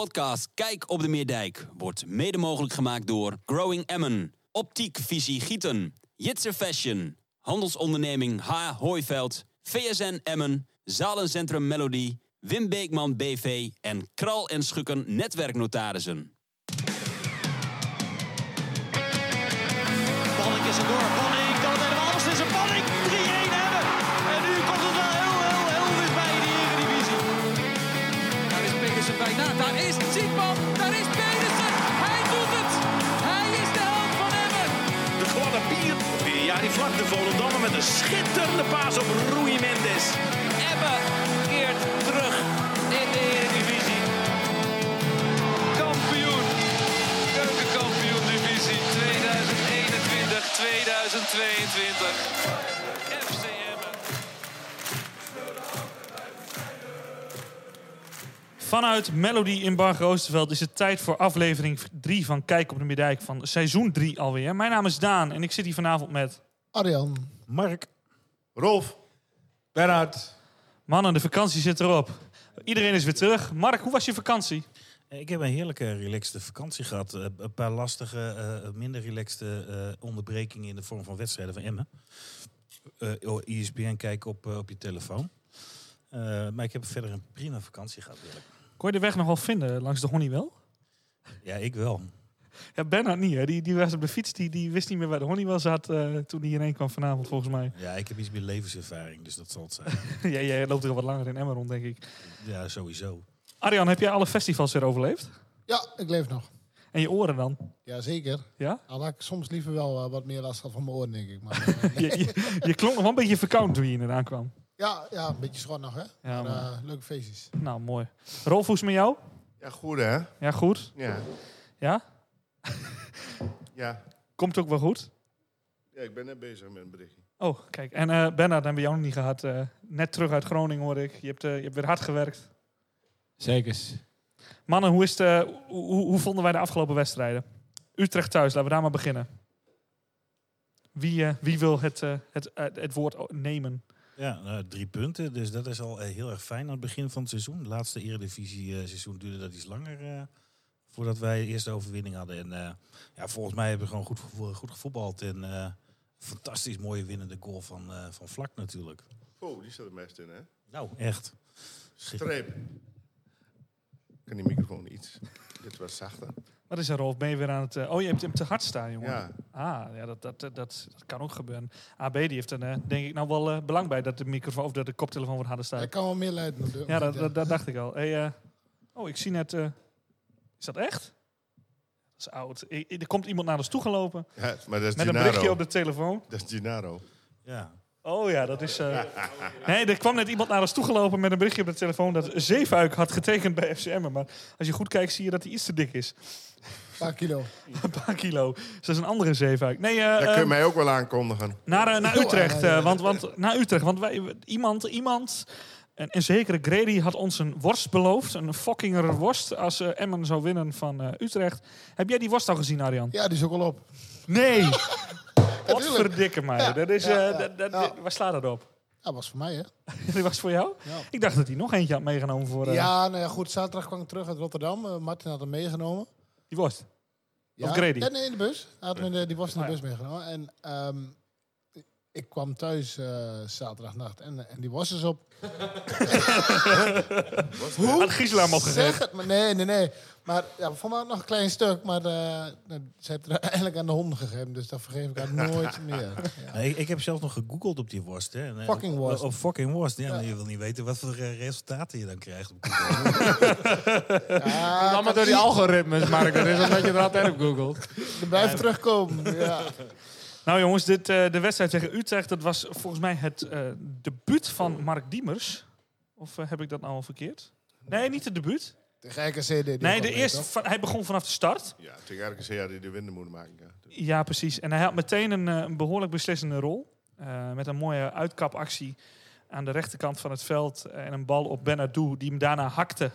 podcast Kijk op de Meerdijk wordt mede mogelijk gemaakt door Growing Emmen, Optiek Visie Gieten, Jitser Fashion, Handelsonderneming H. Hooiveld, VSN Emmen, Zalencentrum Melody, Wim Beekman BV en Kral en Schukken Netwerknotarissen. Panning is er door. Panning kan het helemaal anders. Het is een Panning. 3-1 hebben. En nu komt het wel heel, heel, heel dichtbij in de Eredivisie. Daar is Pedersen bijna. Daar is Zietman. Daar is Pedersen. Hij doet het. Hij is de held van Emmen. De gladde bier. Ja, die vlakte Volendammer met een schitterende paas op Rui Mendes. Emmen keert terug in de Eredivisie. Kampioen. Keukenkampioen divisie 2021-2022. FC Emmen. Vanuit Melody in Bar Roosterveld is het tijd voor aflevering 3 van Kijk op de Middijk van seizoen 3 alweer. Mijn naam is Daan en ik zit hier vanavond met... Arjan. Mark. Rolf. Bernhard. Mannen, de vakantie zit erop. Iedereen is weer terug. Mark, hoe was je vakantie? Eh, Ik heb een heerlijke, relaxte vakantie gehad. Eh, Een paar lastige, eh, minder relaxte eh, onderbrekingen in de vorm van wedstrijden van Emmen. Eh ESPN kijken op, eh, op je telefoon. Eh, maar ik heb verder een prima vakantie gehad. eerlijk. Kon je de weg nog wel vinden langs de Honey wel? Ja, ik wel. Ja, Bernard niet, hè. Die, die was op de fiets. Die, die wist niet meer waar de Honey wel zat eh, toen hij hierheen kwam vanavond, volgens mij. Ja, ik heb iets meer levenservaring, dus dat zal het zijn. jij, jij loopt er al wat langer in Emmer rond, denk ik. ja, sowieso. Arjan, heb jij alle festivals weer overleefd? Ja, ik leef nog. En je oren dan? Jazeker. Ja? Al had ik soms liever wel eh, wat meer last gehad van mijn oren, denk ik. Maar, eh, Je, je, je klonk nog wel een beetje verkouden toen je inderdaad kwam. ja, ja, een beetje schot nog, hè? Ja, maar, eh, maar- leuke feestjes. Nou, mooi. Rolf, hoe is het met jou? Ja, goed hè? Ja, goed. Ja. Ja? Ja. Komt ook wel goed. ja, ik ben net bezig met een berichtje. Oh, kijk. En eh Bernard hebben we jou nog niet gehad. eh, net terug uit Groningen hoor ik. Je hebt, eh, je hebt weer hard gewerkt. Zekers. Mannen, hoe, is het, eh, hoe, hoe- hoe vonden wij de afgelopen wedstrijden? Utrecht thuis, laten we daar maar beginnen. Wie, eh, wie wil het, eh, het, eh, het woord o- nemen? Ja, nou, drie punten, dus dat is al eh, heel erg fijn aan het begin van het seizoen. Het laatste Eredivisie-seizoen duurde dat iets langer eh, voordat wij de eerste overwinning hadden. En eh, ja, volgens mij hebben we gewoon goed, gevo- goed gevoetbald. En eh, fantastisch mooie winnende goal van, eh, van Vlak natuurlijk. Oh, die staat er best in hè? Nou, echt. Streep. Kan die microfoon iets? Dit was zachter. Wat is er, Rolf? Ben je weer aan het... eh, oh, je hebt hem te hard staan, jongen. Ja. Ah, ja, dat, dat, dat, dat kan ook gebeuren. AB die heeft er eh, denk ik nou wel eh, belang bij dat de microfoon of dat de koptelefoon wordt harder staan. Ik kan wel meer leiden. op de- Ja, dat, dat, dat dacht ik al. Hey, eh, oh, ik zie net. eh, is dat echt? Dat is oud. I- i- er komt iemand naar ons toe gelopen Ja, maar dat is met een Gennaro. berichtje op de Eh, telefoon. Dat is Gennaro. Ja, Oh ja, dat is. eh, Nee, er kwam net iemand naar ons toe gelopen met een berichtje op de telefoon dat Zeefuik had getekend bij FCM. Maar als je goed kijkt, zie je dat hij iets te dik is. Een paar kilo. een paar kilo. Dus dat is een andere Zeefuik. Nee, eh, Dat kun je ehm, mij ook wel aankondigen. naar, eh, naar Oh, Utrecht. ja, ja, eh, ja. want, want, naar Utrecht. Want wij, iemand, iemand. En, en zekere Grady had ons een worst beloofd. Een fuckinger worst. Als eh, Emmen zou winnen van eh, Utrecht. Heb jij die worst al gezien, Arjan? Ja, die is ook al op. Nee! Wat Natuurlijk. verdikke mij. Ja, dat is, eh ja, ja, dat, dat, ja. dit- Waar slaat dat op? Dat was voor mij, hè? die was voor jou? Ja. Ik dacht dat hij nog eentje had meegenomen voor eh, Ja, nou ja, goed. Zaterdag kwam ik terug uit Rotterdam. Eh, Martin had hem meegenomen. die worst. Ja. Of Grady? Ja, nee, in de bus. Hij had me in de- die was in Ah, de ja. bus meegenomen. En ehm, ik kwam thuis eh, zaterdagnacht en, en die was is op. Had Gisela hem opgegeven. Zeg het maar. Nee, nee, nee. Maar ja, voor mij nog een klein stuk. Maar eh, nou, ze heeft er eigenlijk aan de honden gegeven. Dus dat vergeef ik haar nooit meer. Ja. Nou, ik, ik heb zelf nog gegoogeld op die worst. Hè. En, eh, Fucking op- worst. Op, fucking worst. Ja, maar je wil niet weten wat voor eh, resultaten je dan krijgt. Op Google. Ja, Allemaal door die algoritmes, Mark. Dat is omdat je er altijd op googelt. er blijft terugkomen. Ja. Nou jongens, dit, eh, de wedstrijd tegen Utrecht, dat was volgens mij het eh, debuut van Mark Diemers. Of eh, heb ik dat nou al verkeerd? Nee, niet het debuut. De gekke CD. die Nee, ook de mee, eerste, toch? van- hij begon vanaf de start. Ja, tegen RKC had hij de winden moeten maken. Ja. Ja, precies. En hij had meteen een, eh, een behoorlijk beslissende rol. Eh, met een mooie uitkapactie aan de rechterkant van het veld. eh, En een bal op Benadou, die hem daarna hakte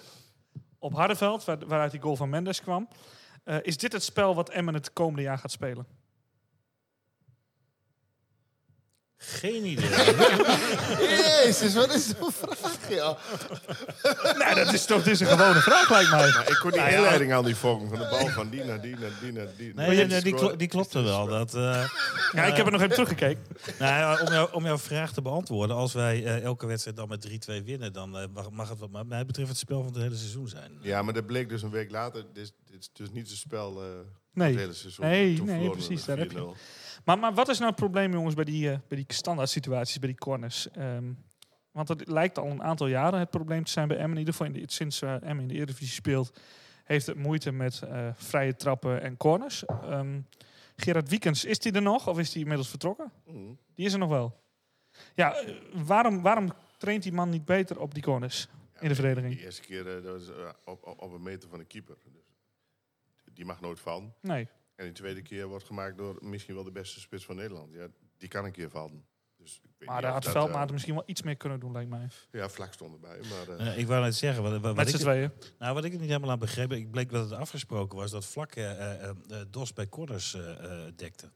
op Hardenveld. waar- waaruit die goal van Mendes kwam. Eh, is dit het spel wat Emmen het komende jaar gaat spelen? Geen idee. Jezus, wat is zo'n vraag, joh? Nee, dat is toch dit is een gewone vraag, lijkt mij. Maar ik kon Nou die inleiding aan die volgen van de bal van die naar die naar die naar die. Nee, nee, nee, die, klo- die klopte wel. Dat, eh, Ja, ik heb er nog even teruggekeken. nou, ja, om, jou, om jouw vraag te beantwoorden, als wij eh, elke wedstrijd dan met 3-2 winnen, dan eh, mag, mag het wat mij betreft het spel van het hele seizoen zijn. Ja, maar dat bleek dus een week later. Dit is, dit is dus niet het spel eh Nee. het hele seizoen. Nee, nee, verloren we precies, met daar heb je 4-0. Maar, maar wat is nou het probleem, jongens, bij die, eh, bij die standaard situaties, bij die corners? Ehm, want het lijkt al een aantal jaren het probleem te zijn bij Emmen. In ieder geval in de- sinds eh Emmen in de Eredivisie speelt, heeft het moeite met eh, vrije trappen en corners. Ehm, Gerard Wiekens, is die er nog of is die inmiddels vertrokken? Mhm. Die is er nog wel. Ja, eh, waarom, waarom traint die man niet beter op die corners in de verdediging? Die eerste keer eh, dat was, eh, op, op, op een meter van de keeper. Dus die mag nooit vallen. Nee. En die tweede keer wordt gemaakt door misschien wel de beste spits van Nederland. Ja, die kan een keer vallen. Dus ik weet Maar niet daar of had dat, Veldmaat misschien wel iets meer kunnen doen, lijkt mij. eh, ja, vlak stond erbij. Maar, eh, Eh, ik wou net zeggen, wat, wat- wat Met ik, z'n tweeën. Nou, wat ik er niet helemaal aan begreep, ik bleek dat het afgesproken was dat vlak eh, eh, eh, Dos bij corners eh, eh, dekte.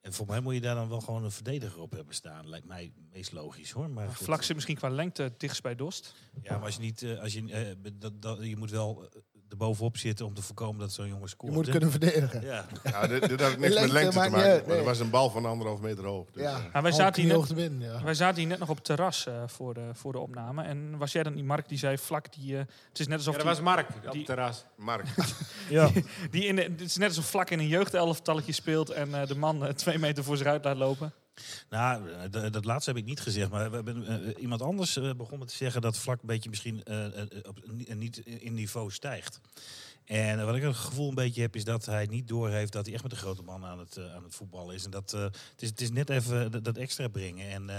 En voor mij moet je daar dan wel gewoon een verdediger op hebben staan. Lijkt mij het meest logisch hoor. Maar goed. Vlak zit misschien qua lengte het dichtst bij Dost. Ja, maar als je niet, eh, als je, eh, be- dat, dat, je moet wel eh, erbovenop zitten om te voorkomen dat zo'n jongen Je scoort. moet hè? kunnen verdedigen. Ja. ja, dit, dit had niks met Lengte lengte te maakt niet maken. uit, Maar er nee. was een bal van anderhalf meter hoog. Dus, Ja, eh, Maar wij Oh, al zaten hier net- kniehoog te winnen, ja. Wij zaten hier net nog op het terras eh, voor, de, voor de opname. En was jij dan die Mark die zei vlak die. eh, het is net alsof Ja, dat die- was Mark op die- het terras. Mark, Ja. die, in de- het is net alsof vlak in een jeugdelftalletje speelt en eh, de man eh, twee meter voor zich uit laat lopen. Nou, eh, d- dat laatste heb ik niet gezegd. Maar we hebben, eh, iemand anders eh, begon me te zeggen dat vlak een beetje misschien eh, eh, op, ni- eh, niet in niveau stijgt. En eh, wat ik het gevoel een beetje heb, is dat hij niet doorheeft dat hij echt met de grote man aan het, eh, aan het voetballen is. En dat eh, het, is, het is net even eh, dat, dat extra brengen. En eh,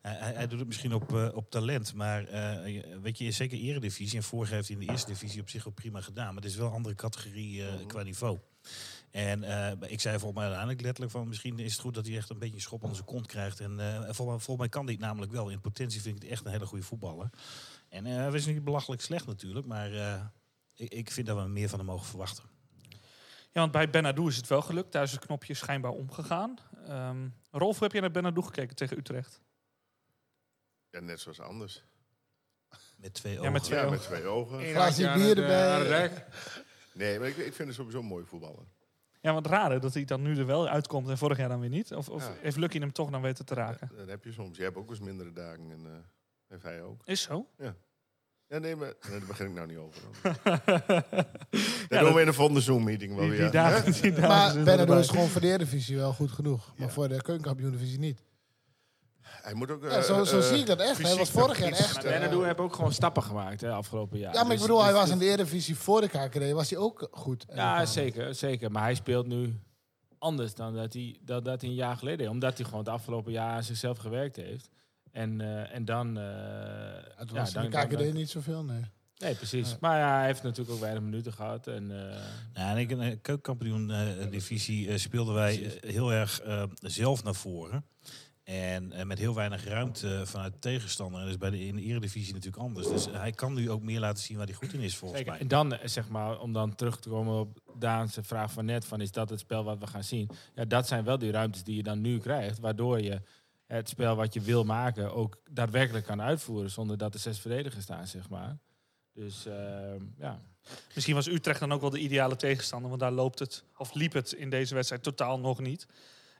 hij- hij, hij doet het misschien op, eh, op talent. Maar eh, je- weet je, zeker eredivisie. En vorig jaar heeft hij in de eerste divisie op zich wel prima gedaan. Maar het is wel een andere categorie eh, qua niveau. En eh, ik zei volgens mij uiteindelijk letterlijk van misschien is het goed dat hij echt een beetje een schop aan zijn kont krijgt. En eh, volgens, mij, volgens mij kan dit namelijk wel. In potentie vind ik het echt een hele goede voetballer. En eh, hij is niet belachelijk slecht natuurlijk, maar eh, ik, ik vind dat we meer van hem mogen verwachten. Ja, want bij Benadou is het wel gelukt. Daar is het knopje schijnbaar omgegaan. Ehm, Rolf, hoe heb je naar Benadou gekeken tegen Utrecht? ja, net zoals anders. Met twee Ja, ogen. met twee Ja, ogen. met twee ogen. glaasje raakje aan bier het, eh, erbij. aan het rek. Nee, maar ik, ik vind het sowieso een mooie voetballer. Ja, want raar hè, dat hij dan nu er wel uitkomt en vorig jaar dan weer niet. Of, of Ja. heeft Lucky hem toch dan weten te raken? Dat heb je soms. Je hebt ook eens mindere dagen. En eh, heeft hij ook. Is zo. Ja, nee, maar nee, daar begin ik nou niet over. Dan. Dat Ja, doen dat- we in de volgende Zoom-meeting wel die, weer. die dagen, die dagen Maar zitten Bernardo erbij. is gewoon voor de Eredivisie wel goed genoeg. Maar Ja. voor de keukenkampioen-divisie niet. Hij moet ook... eh, Ja, zo- zo zie ik dat echt. Hij fysiek was vorig jaar nog iets, echt, eh, eh, En doe heb ook gewoon stappen gemaakt hè, afgelopen jaar. Ja, maar ik Dus- bedoel, hij dus was dit- in de Eredivisie voor de KKD, was hij ook goed. Ja, zeker, zeker. Maar hij speelt nu anders dan dat hij, dat, dat hij een jaar geleden deed. Omdat hij gewoon het afgelopen jaar aan zichzelf gewerkt heeft. En, eh, en dan... eh, Het ja, was dan, in de dan- KKD dan- niet zoveel, nee. Nee, precies. Ja. Maar ja, hij heeft natuurlijk ook weinig minuten gehad. En, eh, Nou, en ik, in de keukenkampioen-divisie speelden wij eh, heel erg eh, zelf naar voren. En eh, met heel weinig ruimte eh, vanuit de tegenstander. En dat is bij de, in de eredivisie natuurlijk anders. Dus hij kan nu ook meer laten zien waar hij goed in is volgens Zeker. mij. En dan, eh, zeg maar, om dan terug te komen op Daanse vraag van net, van is dat het spel wat we gaan zien? Ja, dat zijn wel die ruimtes die je dan nu krijgt, waardoor je het spel wat je wil maken ook daadwerkelijk kan uitvoeren, zonder dat er zes verdedigers staan, zeg maar. Dus ehm, ja. Misschien was Utrecht dan ook wel de ideale tegenstander, want daar loopt het, of liep het in deze wedstrijd totaal nog niet.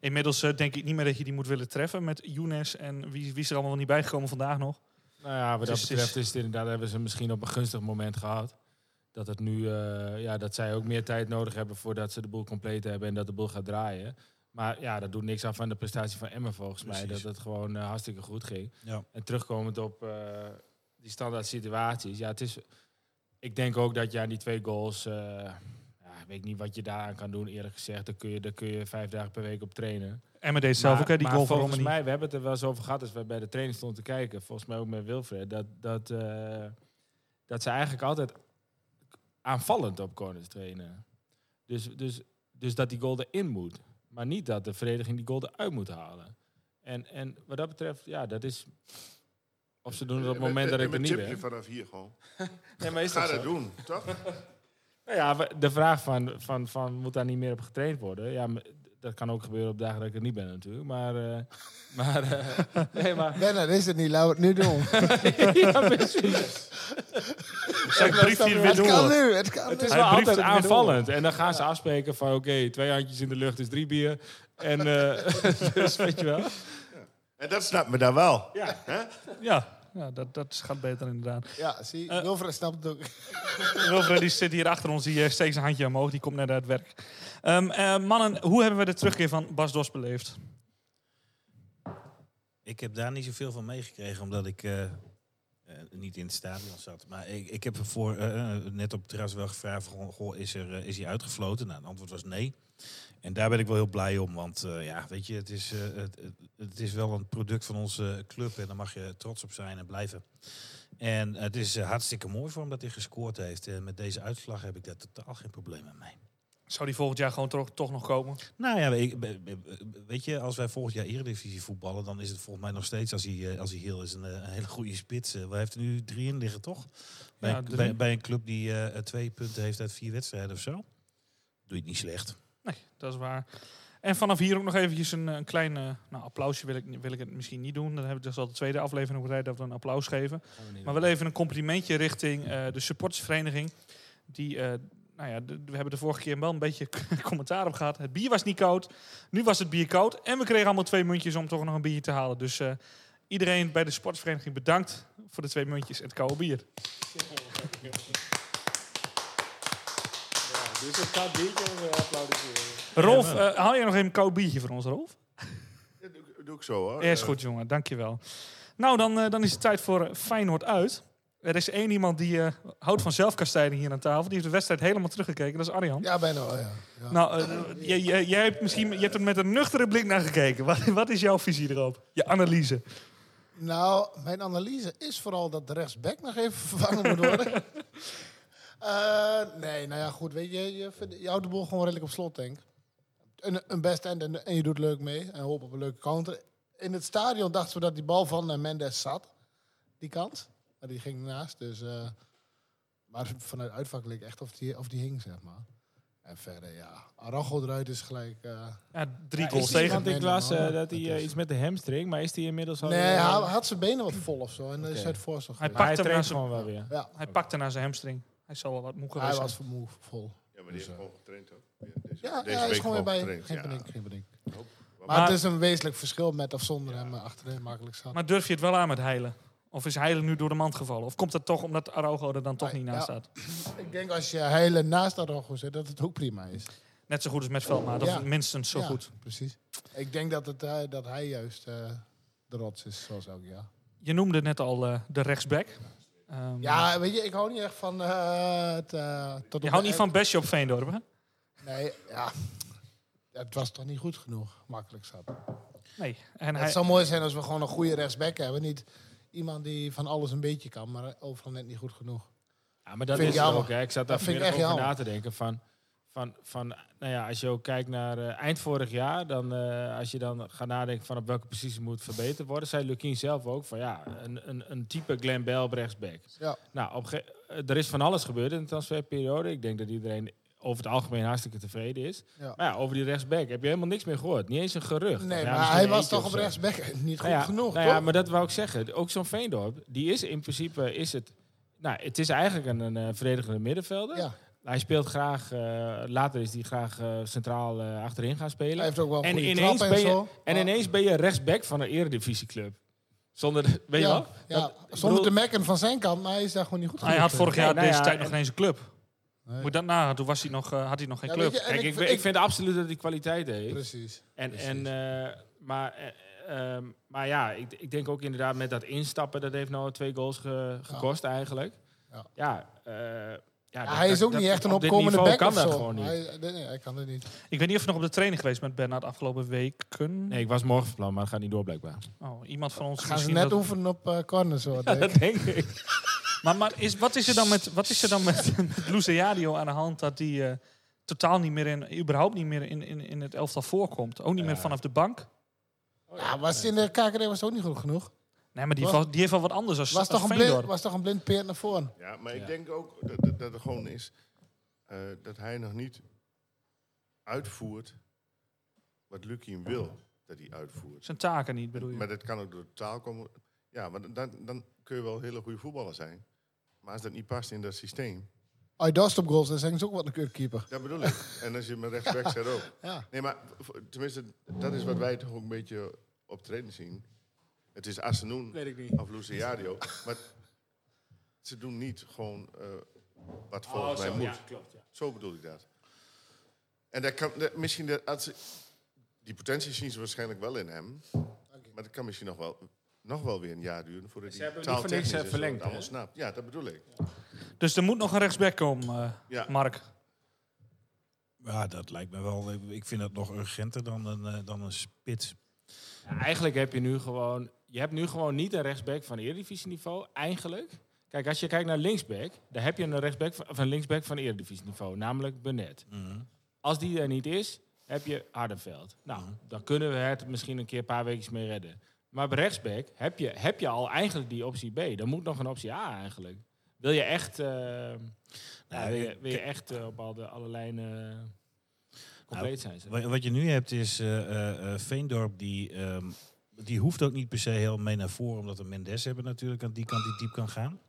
Inmiddels eh, denk ik niet meer dat je die moet willen treffen met Younes en wie, wie is er allemaal wel niet bijgekomen vandaag nog. Nou ja, wat Dus het dat betreft is het inderdaad, hebben ze misschien op een gunstig moment gehad. Dat, het nu, eh, ja, dat zij ook meer tijd nodig hebben voordat ze de boel compleet hebben en dat de boel gaat draaien. Maar ja, dat doet niks af van de prestatie van Emmen volgens mij. Precies. Dat het gewoon eh, hartstikke goed ging. Ja. En terugkomend op eh, die standaard situaties. Ja, het is, ik denk ook dat je aan die twee goals... eh, ja, ik weet niet wat je daaraan kan doen, eerlijk gezegd. Daar kun je, daar kun je vijf dagen per week op trainen. Emma deed zelf Maar- ook hè, die maar goal voor volgens Romani. mij, we hebben het er wel eens over gehad als we bij de training stonden te kijken. Volgens mij ook met Wilfred. Dat, dat, eh, dat ze eigenlijk altijd aanvallend op corners trainen. Dus, dus, dus dat die goal erin moet. Maar niet dat de verdediging die goal eruit moet halen. En, en wat dat betreft, ja, dat is... Of ze doen het op het moment dat ik er niet Een tipje ben. vanaf hier gewoon. Nee, maar is Ga dat dat zo? doen, toch? Nou ja, we- de vraag van, van, van moet daar niet meer op getraind worden? Ja, maar dat kan ook gebeuren op dagen dat ik er niet ben natuurlijk. Maar, eh, maar eh, nee, maar... Nee, dat is het niet. Laten we het nu doen. ja, precies. Zijn brief hier weer door. Het kan nu, het kan Het nu. is Hij wel brieft het altijd weer door. aanvallend. En dan gaan ze afspreken van, oké, twee handjes in de lucht is drie bier. En eh, dus, weet je wel. En dat snapt me dan wel. Ja. Ja, ja dat, dat gaat beter inderdaad. Ja, zie, Wilfred snapt het ook. Wilfred die zit hier achter ons, die eh, steekt zijn handje omhoog, die komt net uit het werk. Ehm, eh, mannen, hoe hebben we de terugkeer van Bas Dos beleefd? Ik heb daar niet zoveel van meegekregen, omdat ik eh, eh, niet in het stadion zat. Maar ik, ik heb voor, eh, eh, net op het terras wel gevraagd, van, goh, is, er, eh, is hij uitgefloten? Nou, het antwoord was nee. En daar ben ik wel heel blij om, want eh, ja, weet je, het is, eh, het, het- het is wel een product van onze club en daar mag je trots op zijn en blijven. En het is eh, hartstikke mooi voor hem dat hij gescoord heeft. En met deze uitslag heb ik daar totaal geen problemen mee. Zou die volgend jaar gewoon toch, toch nog komen? Nou ja, ik- be- be- be- weet je, als wij volgend jaar Eredivisie voetballen, dan is het volgens mij nog steeds, als hij, eh, als hij heel is, een, eh, een hele goede spits. Eh, Hij heeft er nu drie in liggen, toch? Bij, Ja, een- drie. bij, bij een club die eh, twee punten heeft uit vier wedstrijden of zo. Doe je het niet slecht. Nee, dat is waar. En vanaf hier ook nog eventjes een, eh, een klein eh, nou, applausje. Wil ik, wil ik het misschien niet doen. Dan hebben we dus al de tweede aflevering op rij dat we een applaus geven. Maar wel even een complimentje richting eh, de supportersvereniging. Die, eh, nou ja, de- we hebben de vorige keer wel een beetje commentaar op gehad. Het bier was niet koud. Nu was het bier koud. En we kregen allemaal twee muntjes om toch nog een bier te halen. Dus eh, iedereen bij de supportersvereniging bedankt voor de twee muntjes en het koude bier. Dus het gaat niet om applaudisseren. Rolf, eh, haal jij nog even een koud biertje voor ons, Rolf? Doe ik zo hoor. Ja, is Eh, goed, jongen. Dankjewel. Nou, dan, eh, dan is het tijd voor eh, Feyenoord uit. Er is één iemand die eh, houdt van zelfkastijding hier aan tafel. Die heeft de wedstrijd helemaal teruggekeken. Dat is Arjan. Ja, bijna wel, ja. Ja. Nou, eh, jij- jij- jij hebt misschien je hebt er met een nuchtere blik naar gekeken. Wat, wat is jouw visie erop? Je analyse. Nou, mijn analyse is vooral dat de rechtsback nog even vervangen moet worden. Eh, nee, nou ja, goed. Weet je, je, vindt- je houdt de boel gewoon redelijk op slot, denk ik. Een, een best end en, en je doet leuk mee. En hoop op een leuke counter. In het stadion dachten we dat die bal van eh, Mendes zat. Die kant. Maar die ging ernaast. Dus, eh, maar vanuit uitvak leek echt of die, of die hing, zeg maar. En verder, ja. Araujo eruit is gelijk... eh, Ja, drie Ja, goals is die- tegen. Want ik las eh, dat hij Dat eh, is- iets met de hamstring, maar is hij inmiddels al... Nee, weer- hij had zijn benen wat vol of zo. En dan is Oké. hij het voorstel Hij Maar hij Pakt hem traint na zijn- gewoon wel weer. Ja, Hij pakte naar zijn hamstring. Hij zal wel wat moe geweest hij zijn. was vermoe vol. Ja, maar die heeft gewoon getraind ook. Ja, deze Ja, deze ja, hij week is gewoon weer bij. getraind, Geen ja. paniek, geen paniek. Maar, Maar- het is een wezenlijk verschil met of zonder hem eh, achterin makkelijk zat. Maar durf je het wel aan met Heilen? Of is Heilen nu door de mand gevallen? Of komt dat toch omdat Araujo er dan toch Nee, niet ja. naast staat? ik denk als je hele naast Araujo zit, dat het ook prima is. Net zo goed als met Veldmaat. Of Ja. minstens zo Ja, goed. Precies. Ik denk dat, het, eh, dat hij juist eh, de rots is, zoals elk jaar. Je noemde net al eh, de rechtsback. Ehm, Ja, weet je, ik hou niet echt van eh, het... eh, tot op Je de houdt niet eind- van Besje op Veendorp, hè? Nee, ja. Het was toch niet goed genoeg, makkelijk zat. Nee. En Het hij, zou mooi zijn als we gewoon een goede rechtsback hebben. Niet iemand die van alles een beetje kan, maar overal net niet goed genoeg. Ja, maar dat Vind is ik het jammer. ook. Hè. Ik zat daar Dat vind ik vanmiddag over echt na jammer. te denken van... Van, van, nou ja, als je ook kijkt naar eh, eind vorig jaar, dan eh, als je dan gaat nadenken van op welke positie moet verbeterd worden, zei Lukien zelf ook van ja, een, een, een type Glenn Bell op rechtsback. Ja. Nou, op ge- eh, er is van alles gebeurd in de transferperiode. Ik denk dat iedereen over het algemeen hartstikke tevreden is. Ja. Maar ja, over die rechtsback heb je helemaal niks meer gehoord. Niet eens een gerucht. Nee, Ja, maar misschien hij was eentje toch of op zo. rechtsback niet goed Nou ja, genoeg, nou toch? ja, maar dat wou ik zeggen. Ook zo'n Veendorp, die is in principe... Is het, nou, het is eigenlijk een, een eh, verdedigende middenvelder. Ja. Hij speelt graag... eh, later is hij graag eh, centraal eh, achterin gaan spelen. Hij heeft ook wel een en, goede ineens trap ben en je, zo. en maar- ineens ben je rechtsback van een eredivisieclub. Zonder... de- Weet je ja, wel? ja, Dat- ik zonder bedoel- te mekken van zijn kant, maar hij is daar gewoon niet goed hij had vorig jaar Nee, nou deze ja, tijd en- nog geen eens een club. Moet dat na, toen was hij nog, eh, had hij nog geen Ja, club. weet je, en Kijk, ik, ik- ik, ik- vind absoluut dat hij kwaliteit heeft. Precies. En, Precies. en, eh, maar, eh, ehm, maar ja, ik, ik denk ook inderdaad met dat instappen, dat heeft nou twee goals ge- gekost eigenlijk. Ja. Ja. Ja, eh, ja, Ja, dat- hij is dat- ook niet dat- echt een op dit opkomende niveau back kan of dat zo. gewoon niet. Hij, nee, nee, hij kan het niet. Ik weet niet of je nog op de training geweest bent, Bernard, afgelopen weken. Nee, ik was morgen van plan, maar dat gaat niet door blijkbaar. Oh, iemand van ons Gaan ze misschien. net dat- oefenen op eh, corners, hoor. denk ik. Dat denk ik. Maar, maar is, wat is er dan met, wat is er dan met, met Luciadio aan de hand dat die eh, totaal niet meer in, überhaupt niet meer in, in, in het elftal voorkomt? Ook niet meer vanaf de bank? ja, was in de KKD was het ook niet goed genoeg. Nee, maar die, heeft wel- die heeft wel wat anders als, Was als toch, een blind, Veendorp. was toch een blind peert naar voren? Ja, maar ik denk ook dat, dat, dat er gewoon is eh, dat hij nog niet uitvoert wat Lukien wil dat hij uitvoert. Zijn taken niet, bedoel je? Maar dat kan ook door de taal komen. Ja, maar dan, dan kun je wel een hele goede voetballer zijn. Maar als dat niet past in dat systeem, Als je daar stopt goals, dan zijn ze ook wat een keurkeeper. dat bedoel ik. En als je met rechtsback zet ook. Ja. Nee, maar v- tenminste, dat is wat wij toch ook een beetje op trainen zien. Het is Asenoen Weet ik niet. of Luciadio. maar ze doen niet gewoon eh, wat volgens mij Ah, Oh, zo, moet. ja, klopt. Ja. Zo bedoel ik dat. En dat kan, dat- misschien dat, als ze- die potentie zien ze waarschijnlijk wel in hem. Maar dat kan misschien nog wel, nog wel weer een jaar duren voordat Ze hij hebben hem niet voor niks, taaltechnisch en eh, zo het verlengd, allemaal hè? snapt. Ja, dat bedoel ik. Dus er moet nog een rechtsback komen, eh, Ja. Mark. Ja, dat lijkt me wel. Ik vind dat nog urgenter dan een, eh, dan een spits. Ja, Eigenlijk heb je nu gewoon... Je hebt nu gewoon niet een rechtsback van eredivisieniveau, eigenlijk. Kijk, als je kijkt naar linksback, dan heb je een, rechtsback van, of een linksback van eredivisieniveau, namelijk Benet. Mhm. Als die er niet is, heb je Hardenveld. Nou, Mhm. dan kunnen we het misschien een keer een paar weken mee redden. Maar bij rechtsback heb je, heb je al eigenlijk die optie B. Dan moet nog een optie A eigenlijk. Wil je echt, eh, ja, wil je, wil je echt eh, op alle, alle lijnen eh, compleet zijn? Zeg. Wa- Nou, Wat je nu hebt is eh, eh, eh, Veendorp die, ehm, die hoeft ook niet per se heel mee naar voren, omdat we Mendes hebben natuurlijk aan die kant die diep kan gaan.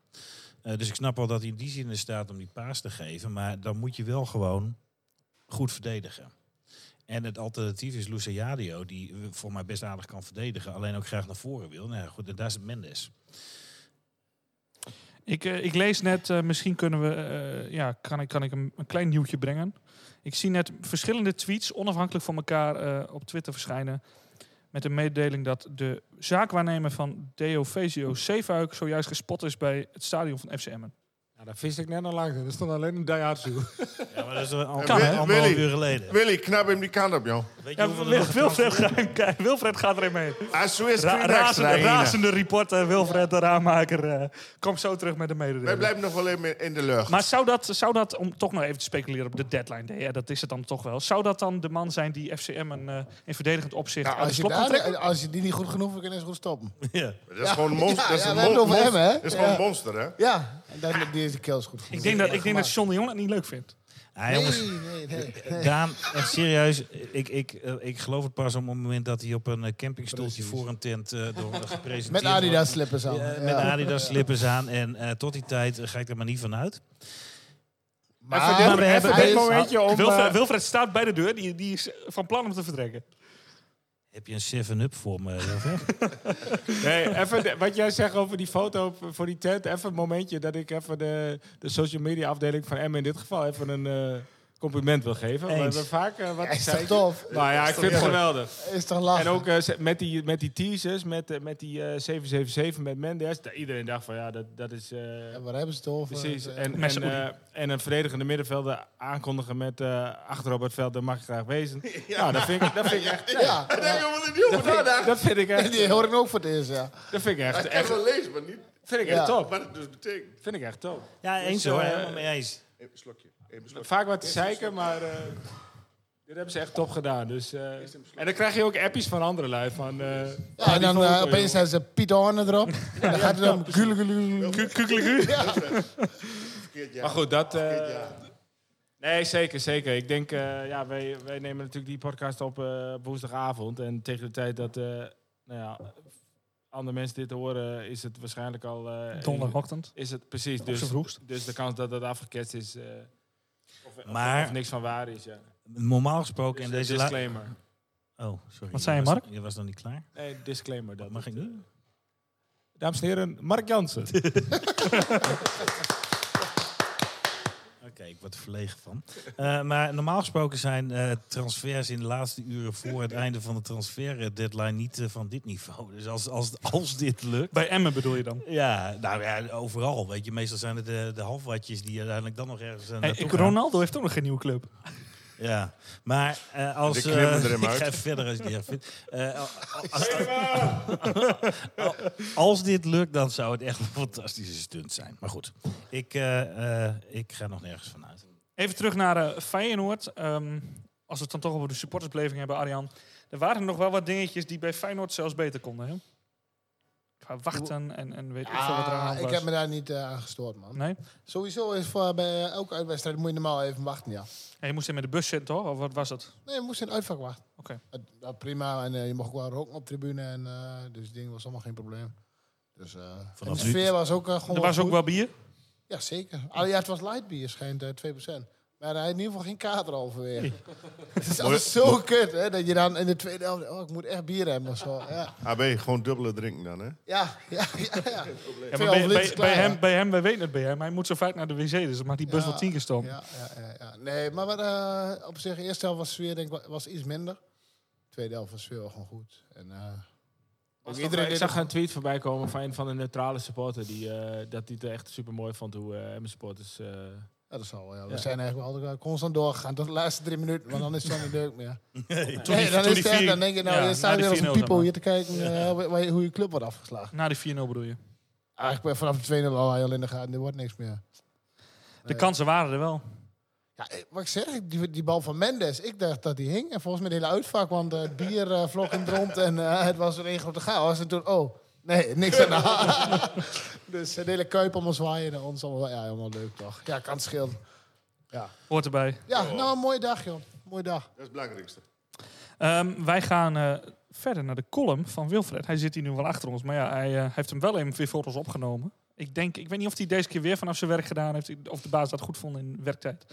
Eh, dus ik snap wel dat hij in die zin in staat om die paas te geven, maar dan moet je wel gewoon goed verdedigen. En het alternatief is Luciadio, die eh, voor mij best aardig kan verdedigen, alleen ook graag naar voren wil. Nou ja, goed, en daar zit Mendes. Ik, eh, ik lees net, eh, misschien kunnen we, eh, ja, kan ik, kan ik een, een klein nieuwtje brengen. Ik zie net verschillende tweets onafhankelijk van elkaar eh, op Twitter verschijnen. Met de mededeling dat de zaakwaarnemer van Deo Fezio Zeefuik zojuist gespot is bij het stadion van FC Emmen. Nou, daar vis ik net al lang. Er stond alleen een Daihatsu. Ja, maar dat is al Kan, hè? anderhalf Willy. uur geleden. Willy, knap hem die kant op, joh. Weet je Ja, hoeveel er Wil- nog Wilfred, gaat- Wilfred gaat erin mee. Als Ah, zo is, Ra- kun je razende, rechts rijden. razende reporter Wilfred de Raamaker. eh, komt zo terug met de Wij mededeling. blijven nog wel even in de lucht. Maar zou dat, zou dat, om toch nog even te speculeren op de deadline day, hè, dat is het dan toch wel. Zou dat dan de man zijn die FCM een, eh, in verdedigend opzicht Nou, aan de als, je slot kan trekken? daar, als je die niet goed genoeg vindt, kun je eens goed stoppen. Ja. dat is gewoon een monster. Ja, dat is ja, een we hebben mon- het over monster. hem, hè? Dat is gewoon Ja. een monster, hè? Ja, en dat, die is de keel is goed Ik denk dat, ik denk dat John de Jong dat niet leuk vindt. Ah, Nee, jongens, nee, nee. Eh, Daan, echt serieus. Ik, ik, eh, ik geloof het pas op het moment dat hij op een eh, campingstoeltje Precies. voor een tent eh, door gepresenteerd Met wordt. Adidas slippers aan. Ja, Ja, Met Adidas slippers aan. En eh, tot die tijd eh, ga ik er maar niet van uit. Maar, Maar we hebben- hij dit is- Ah, momentje om... Wilfred, eh, Wilfred staat bij de deur, die, die is van plan om te vertrekken. Ah, Heb je een 7-up voor me? Wilfred? Nee, even de- wat jij zegt over die foto v- voor die tent. Even een momentje dat ik even de, de social media afdeling van Emmen in dit geval even een eh, compliment wil geven. We Eens. hebben vaak eh, Hij wat te is toch zeggen. tof? Nou ja, ik vind het geweldig. Is toch lachen? En ook eh, ze- met, die, met die teasers, met, eh, met die eh, 777 met Mendes. Da- Iedereen dacht van ja, dat, dat is... eh, Ja, waar hebben ze het over? Precies. Eh, En, en, Messaoudi. eh, en een verdedigende middenvelder aankondigen met eh, achter op het veld, daar mag ik graag wezen. Ja, nou, dat vind ik, dat vind ik echt... ja, Dat vind ik, dat vind ik echt... die hoor ik ook voor het eerst, ja. Dat vind ik echt... Ik heb echt wel lezen, maar niet vind ik Ja. echt top. wat het dus betekent. Vind ik echt top. ja, eens Dus, hoor. eh, helemaal mee eens. Even een slokje. Even een slokje. Vaak wat te zeiken, maar eh, dit hebben ze echt top gedaan. Dus, eh, en dan krijg je ook appies van andere lui. Van, eh, Ja, die en dan foto, eh, joh. opeens zijn ze Piet Horne erop. en dan gaat het om gulu gulu. Verkeerd Maar jaar. goed, dat... eh, Verkeerd jaar. nee, zeker, zeker. Ik denk, eh, ja, wij, wij nemen natuurlijk die podcast op eh, op woensdagavond. En tegen de tijd dat eh, nou ja, andere mensen dit horen, is het waarschijnlijk al... eh, Donderdagochtend. Is het precies. zijn Dus, vroegst. dus de kans dat dat afgeketst is... eh, of, of- Maar- of niks van waar is, ja. Normaal gesproken Dus in een deze... la- disclaimer. Oh, sorry. Wat zei je, was- Mark? Je was nog niet klaar. Nee, disclaimer. Dat Dat mag ik het, eh, niet. Dames en heren, Mark Jansen. Oké, ik word er verlegen van. Eh, maar normaal gesproken zijn eh, transfers in de laatste uren voor het einde van de transfer deadline niet eh, van dit niveau. Dus als, als, als dit lukt... Bij Emmen bedoel je dan? Ja, nou ja, overal. Weet je, meestal zijn het de, de halfwatjes die uiteindelijk dan nog ergens. eh, Hey, naartoe ik- gaan. Ronaldo heeft ook nog geen nieuwe club. Ja, maar eh, als. Die knippen eh, er hem ik uit. ga even verder als je die erg vindt. Eh, al- al- als dit lukt, dan zou het echt een fantastische stunt zijn. Maar goed, ik, eh, eh, ik ga nog nergens vanuit. Even terug naar eh, Feyenoord. Ehm, als we het dan toch over de supportersbeleving hebben, Arjan. Er waren nog wel wat dingetjes die bij Feyenoord zelfs beter konden. Hè? Ik Qua wachten en, en weet ik veel wat er aan de Ah, hand ik was. heb me daar niet eh, aan gestoord, man. Nee? Sowieso is voor, bij eh, elke uitwedstrijd moet je normaal even wachten, ja. Ja, je moest in met de bus zitten, toch? Of wat was het? Nee, je moest in het uitvak wachten. Oké. Dat, dat prima, en eh, je mocht ook wel roken op tribune, en, eh, dus die ding was allemaal geen probleem. Dus eh, en de nu- sfeer was ook eh, gewoon Er was goed. ook wel bier. Ja, zeker. Alleen ja, het was light bier, schijnt eh, 2%. Maar hij had in ieder geval geen kater halverwege. Het is altijd zo kut, hè, dat je dan in de tweede helft... Oh, ik moet echt bier hebben of zo. Ja, AB, gewoon dubbele drinken dan, hè? ja, ja. ja, ja. Ja, maar Twee bij, halve bij, liters bij klaar, hem, bij hem, wij weten het bij hem. Hij moet zo vaak naar de wc, dus maar die bus Ja. wel tien keer stomen. Ja, ja, ja, ja. Nee, maar, maar, eh, op zich, de eerste helft was de sfeer denk ik, was iets minder. tweede helft was de sfeer wel gewoon goed. En, eh, ook iedereen ik deed zag het- een tweet voorbij komen van een van de neutrale supporter. Die, eh, dat die het echt super mooi vond hoe eh Emmen supporters. eh, Ja, dat zal wel, ja. We Ja. zijn eigenlijk wel altijd constant doorgegaan tot de laatste drie minuten, want dan is het dan niet leuk meer. Nee. Toen nee, die- dan toen is die het, vier- dan denk je, nou, ja, je na staat die weer als 4-0 een dan pipo maar. hier te kijken eh, waar- waar je- hoe je club wordt afgeslagen. Na die 4-0 bedoel je. Eigenlijk ben vanaf de 2-0 al heel in de gaten, er wordt niks meer. De kansen waren er wel. Ja, eh, wat ik zeg, die, die bal van Mendes, ik dacht dat die hing. En volgens mij de hele uitvak, want eh, het bier eh, vlog in het rond en eh, het was een grote chaos. En toen, oh, nee, niks aan de hand. dus eh, de hele Kuip allemaal zwaaien naar ons. Allemaal, ja, helemaal leuk toch. Ja, kan het schelen. Hoort erbij. Ja, nou, een mooie dag, joh. Mooie dag. Dat is het belangrijkste. Ehm, wij gaan eh, verder naar de column van Wilfred. Hij zit hier nu wel achter ons, maar ja, hij eh, heeft hem wel even weer voor ons opgenomen. Ik denk, ik weet niet of hij deze keer weer vanaf zijn werk gedaan heeft, of de baas dat goed vond in werktijd.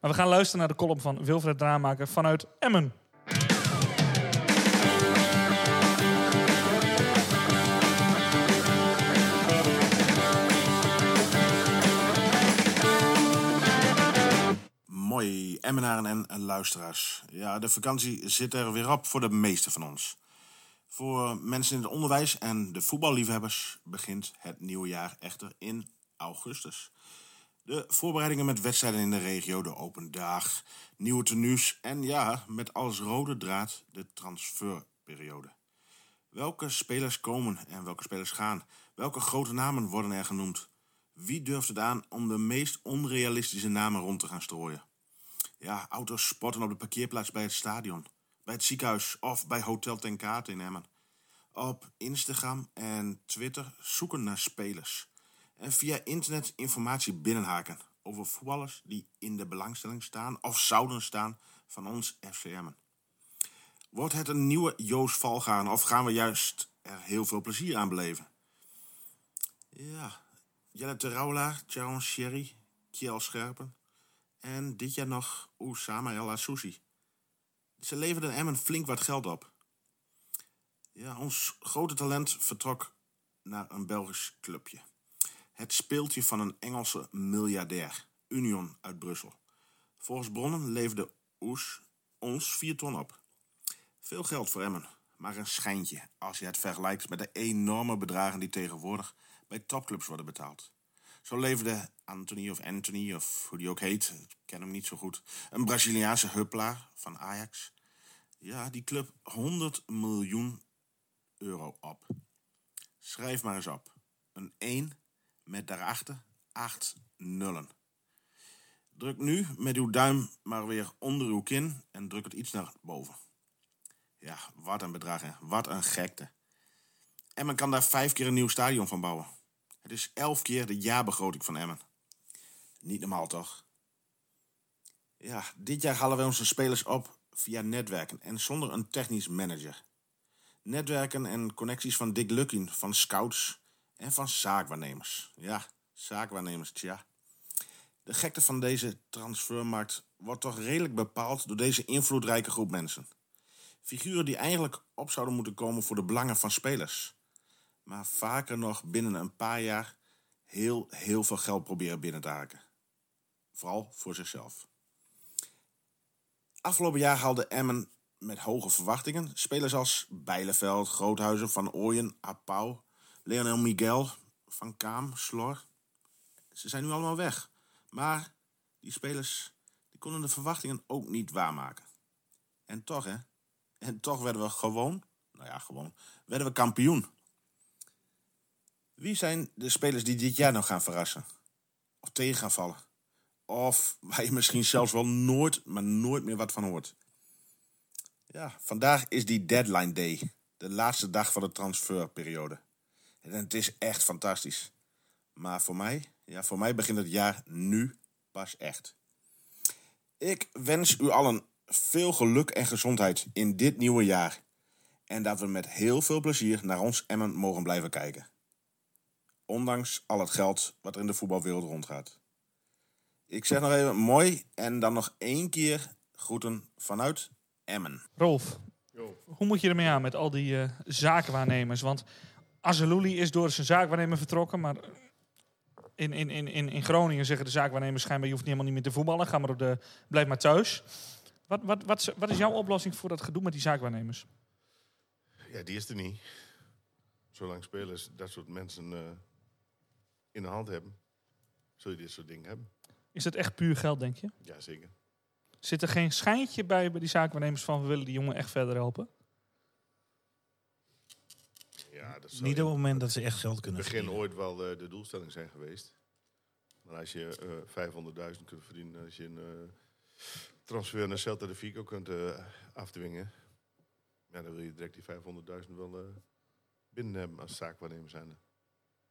Maar we gaan luisteren naar de column van Wilfred Draanmaker vanuit Emmen. Mooi, Emmenaren en luisteraars. Ja, de vakantie zit er weer op voor de meesten van ons. Voor mensen in het onderwijs en de voetballiefhebbers begint het nieuwe jaar echter in augustus. De voorbereidingen met wedstrijden in de regio, de open dag, nieuwe tenues en ja, met als rode draad de transferperiode. Welke spelers komen en welke spelers gaan? Welke grote namen worden er genoemd? Wie durft het aan om de meest onrealistische namen rond te gaan strooien? Ja, auto's sporten op de parkeerplaats bij het stadion, bij het ziekenhuis of bij Hotel Ten Kaate in Emmen. Op Instagram en Twitter zoeken naar spelers. En via internet informatie binnenhaken over voetballers die in de belangstelling staan of zouden staan van ons FC Emmen. Wordt het een nieuwe Joost Valgaan of gaan we juist er heel veel plezier aan beleven? Ja, Jelle Terouwla, Sharon Sherry, Kiel Scherpen en dit jaar nog Oussama El Assouzi. Ze leverden Emmen flink wat geld op. Ja, ons grote talent vertrok naar een Belgisch clubje. Het speeltje van een Engelse miljardair, Union uit Brussel. Volgens bronnen leverde Oes ons 4 ton op. Veel geld voor Emmen, maar een schijntje als je het vergelijkt met de enorme bedragen die tegenwoordig bij topclubs worden betaald. Zo leverde Anthony of Anthony, of hoe die ook heet, ik ken hem niet zo goed, een Braziliaanse huppelaar van Ajax. Ja, die club 100 miljoen euro op. Schrijf maar eens op. Een 1 met daarachter 8 nullen. Druk nu met uw duim maar weer onder uw kin en druk het iets naar boven. Ja, wat een bedrag, hè. Wat een gekte. Emmen kan daar vijf keer een nieuw stadion van bouwen. Het is elf keer de jaarbegroting van Emmen. Niet normaal, toch? Ja, dit jaar halen wij onze spelers op via netwerken en zonder een technisch manager. Netwerken en connecties van Dick Luckin, van scouts en van zaakwaarnemers. Ja, zaakwaarnemers, tja. De gekte van deze transfermarkt wordt toch redelijk bepaald door deze invloedrijke groep mensen. Figuren die eigenlijk op zouden moeten komen voor de belangen van spelers. Maar vaker nog binnen een paar jaar heel, heel veel geld proberen binnen te haken. Vooral voor zichzelf. Afgelopen jaar haalde Emmen met hoge verwachtingen spelers als Bijleveld, Groothuizen, Van Ooyen, Apau, Leonel Miguel, Van Kaam, Slor. Ze zijn nu allemaal weg. Maar die spelers die konden de verwachtingen ook niet waarmaken. En toch, hè? En toch werden we gewoon, nou ja, gewoon, werden we kampioen. Wie zijn de spelers die dit jaar nou gaan verrassen? Of tegen gaan vallen? Of waar je misschien zelfs wel nooit, maar nooit meer wat van hoort? Ja, vandaag is die deadline day. De laatste dag van de transferperiode. En het is echt fantastisch. Maar voor mij, ja, voor mij begint het jaar nu pas echt. Ik wens u allen veel geluk en gezondheid in dit nieuwe jaar. En dat we met heel veel plezier naar ons Emmen mogen blijven kijken. Ondanks al het geld wat er in de voetbalwereld rondgaat. Ik zeg nog even mooi en dan nog één keer groeten vanuit Emmen. Rolf, hoe moet je ermee aan met al die eh, zaakwaarnemers? Want Azeluli is door zijn zaakwaarnemer vertrokken, maar in, in, in, in, in Groningen zeggen de zaakwaarnemers schijnbaar... je hoeft helemaal niet meer te voetballen, ga maar op de, blijf maar thuis. Wat, wat, wat, is- wat is jouw oplossing voor dat gedoe met die zaakwaarnemers? Ja, die is er niet. Zolang spelers dat soort mensen eh, in de hand hebben, zul je dit soort dingen hebben. Is dat echt puur geld, denk je? Jazeker. Zit er geen schijntje bij, bij die zaakwaarnemers van... we willen die jongen echt verder helpen? Ja, dat zou Niet op in het moment dat ze echt geld het kunnen begin verdienen. ooit wel eh, de doelstelling zijn geweest. Maar als je eh 500.000 kunt verdienen, als je een eh, transfer naar Celta de Vigo kunt eh, afdwingen, ja, dan wil je direct die 500.000 wel eh, binnen hebben als zaakwaarnemer zijn.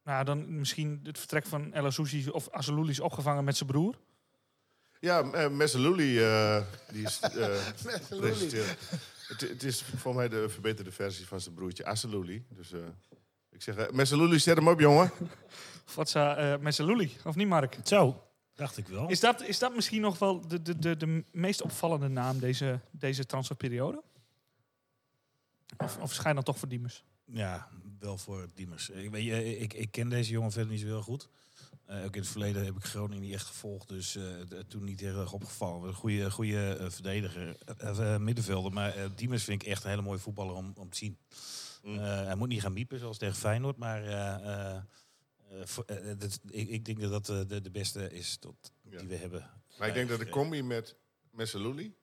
Nou, dan misschien het vertrek van El Azouzzi of Azeluli is opgevangen met zijn broer. Ja, eh, Messaluli, eh, die is eh Messaluli. presenteert. Het, het is voor mij de verbeterde versie van zijn broertje Asseluli. Dus eh, ik zeg, eh, Messaluli, zet hem op, jongen. Wat uh, met zijn Luli, of niet Mark? Zo, dacht ik wel. Is dat, is dat misschien nog wel de, de, de, de meest opvallende naam deze, deze transferperiode? Of, of schijnt dan toch voor Diemers? Ja, wel voor Diemers. Ik, weet, je, ik, ik ken deze jongen verder niet zo heel goed. Eh, ook in het verleden heb ik Groningen niet echt gevolgd, dus eh, d- toen niet heel erg opgevallen. Wat Een goede, goede eh, verdediger, eh, eh, middenvelder. Maar eh, Diemers vind ik echt een hele mooie voetballer om, om te zien. Eh, hij moet niet gaan miepen zoals tegen Feyenoord, maar eh, eh, eh, voor- eh, eh, dat- ik, ik denk dat dat eh, de, de beste is tot, die we hebben. Maar ik denk dat de combi met Messaluli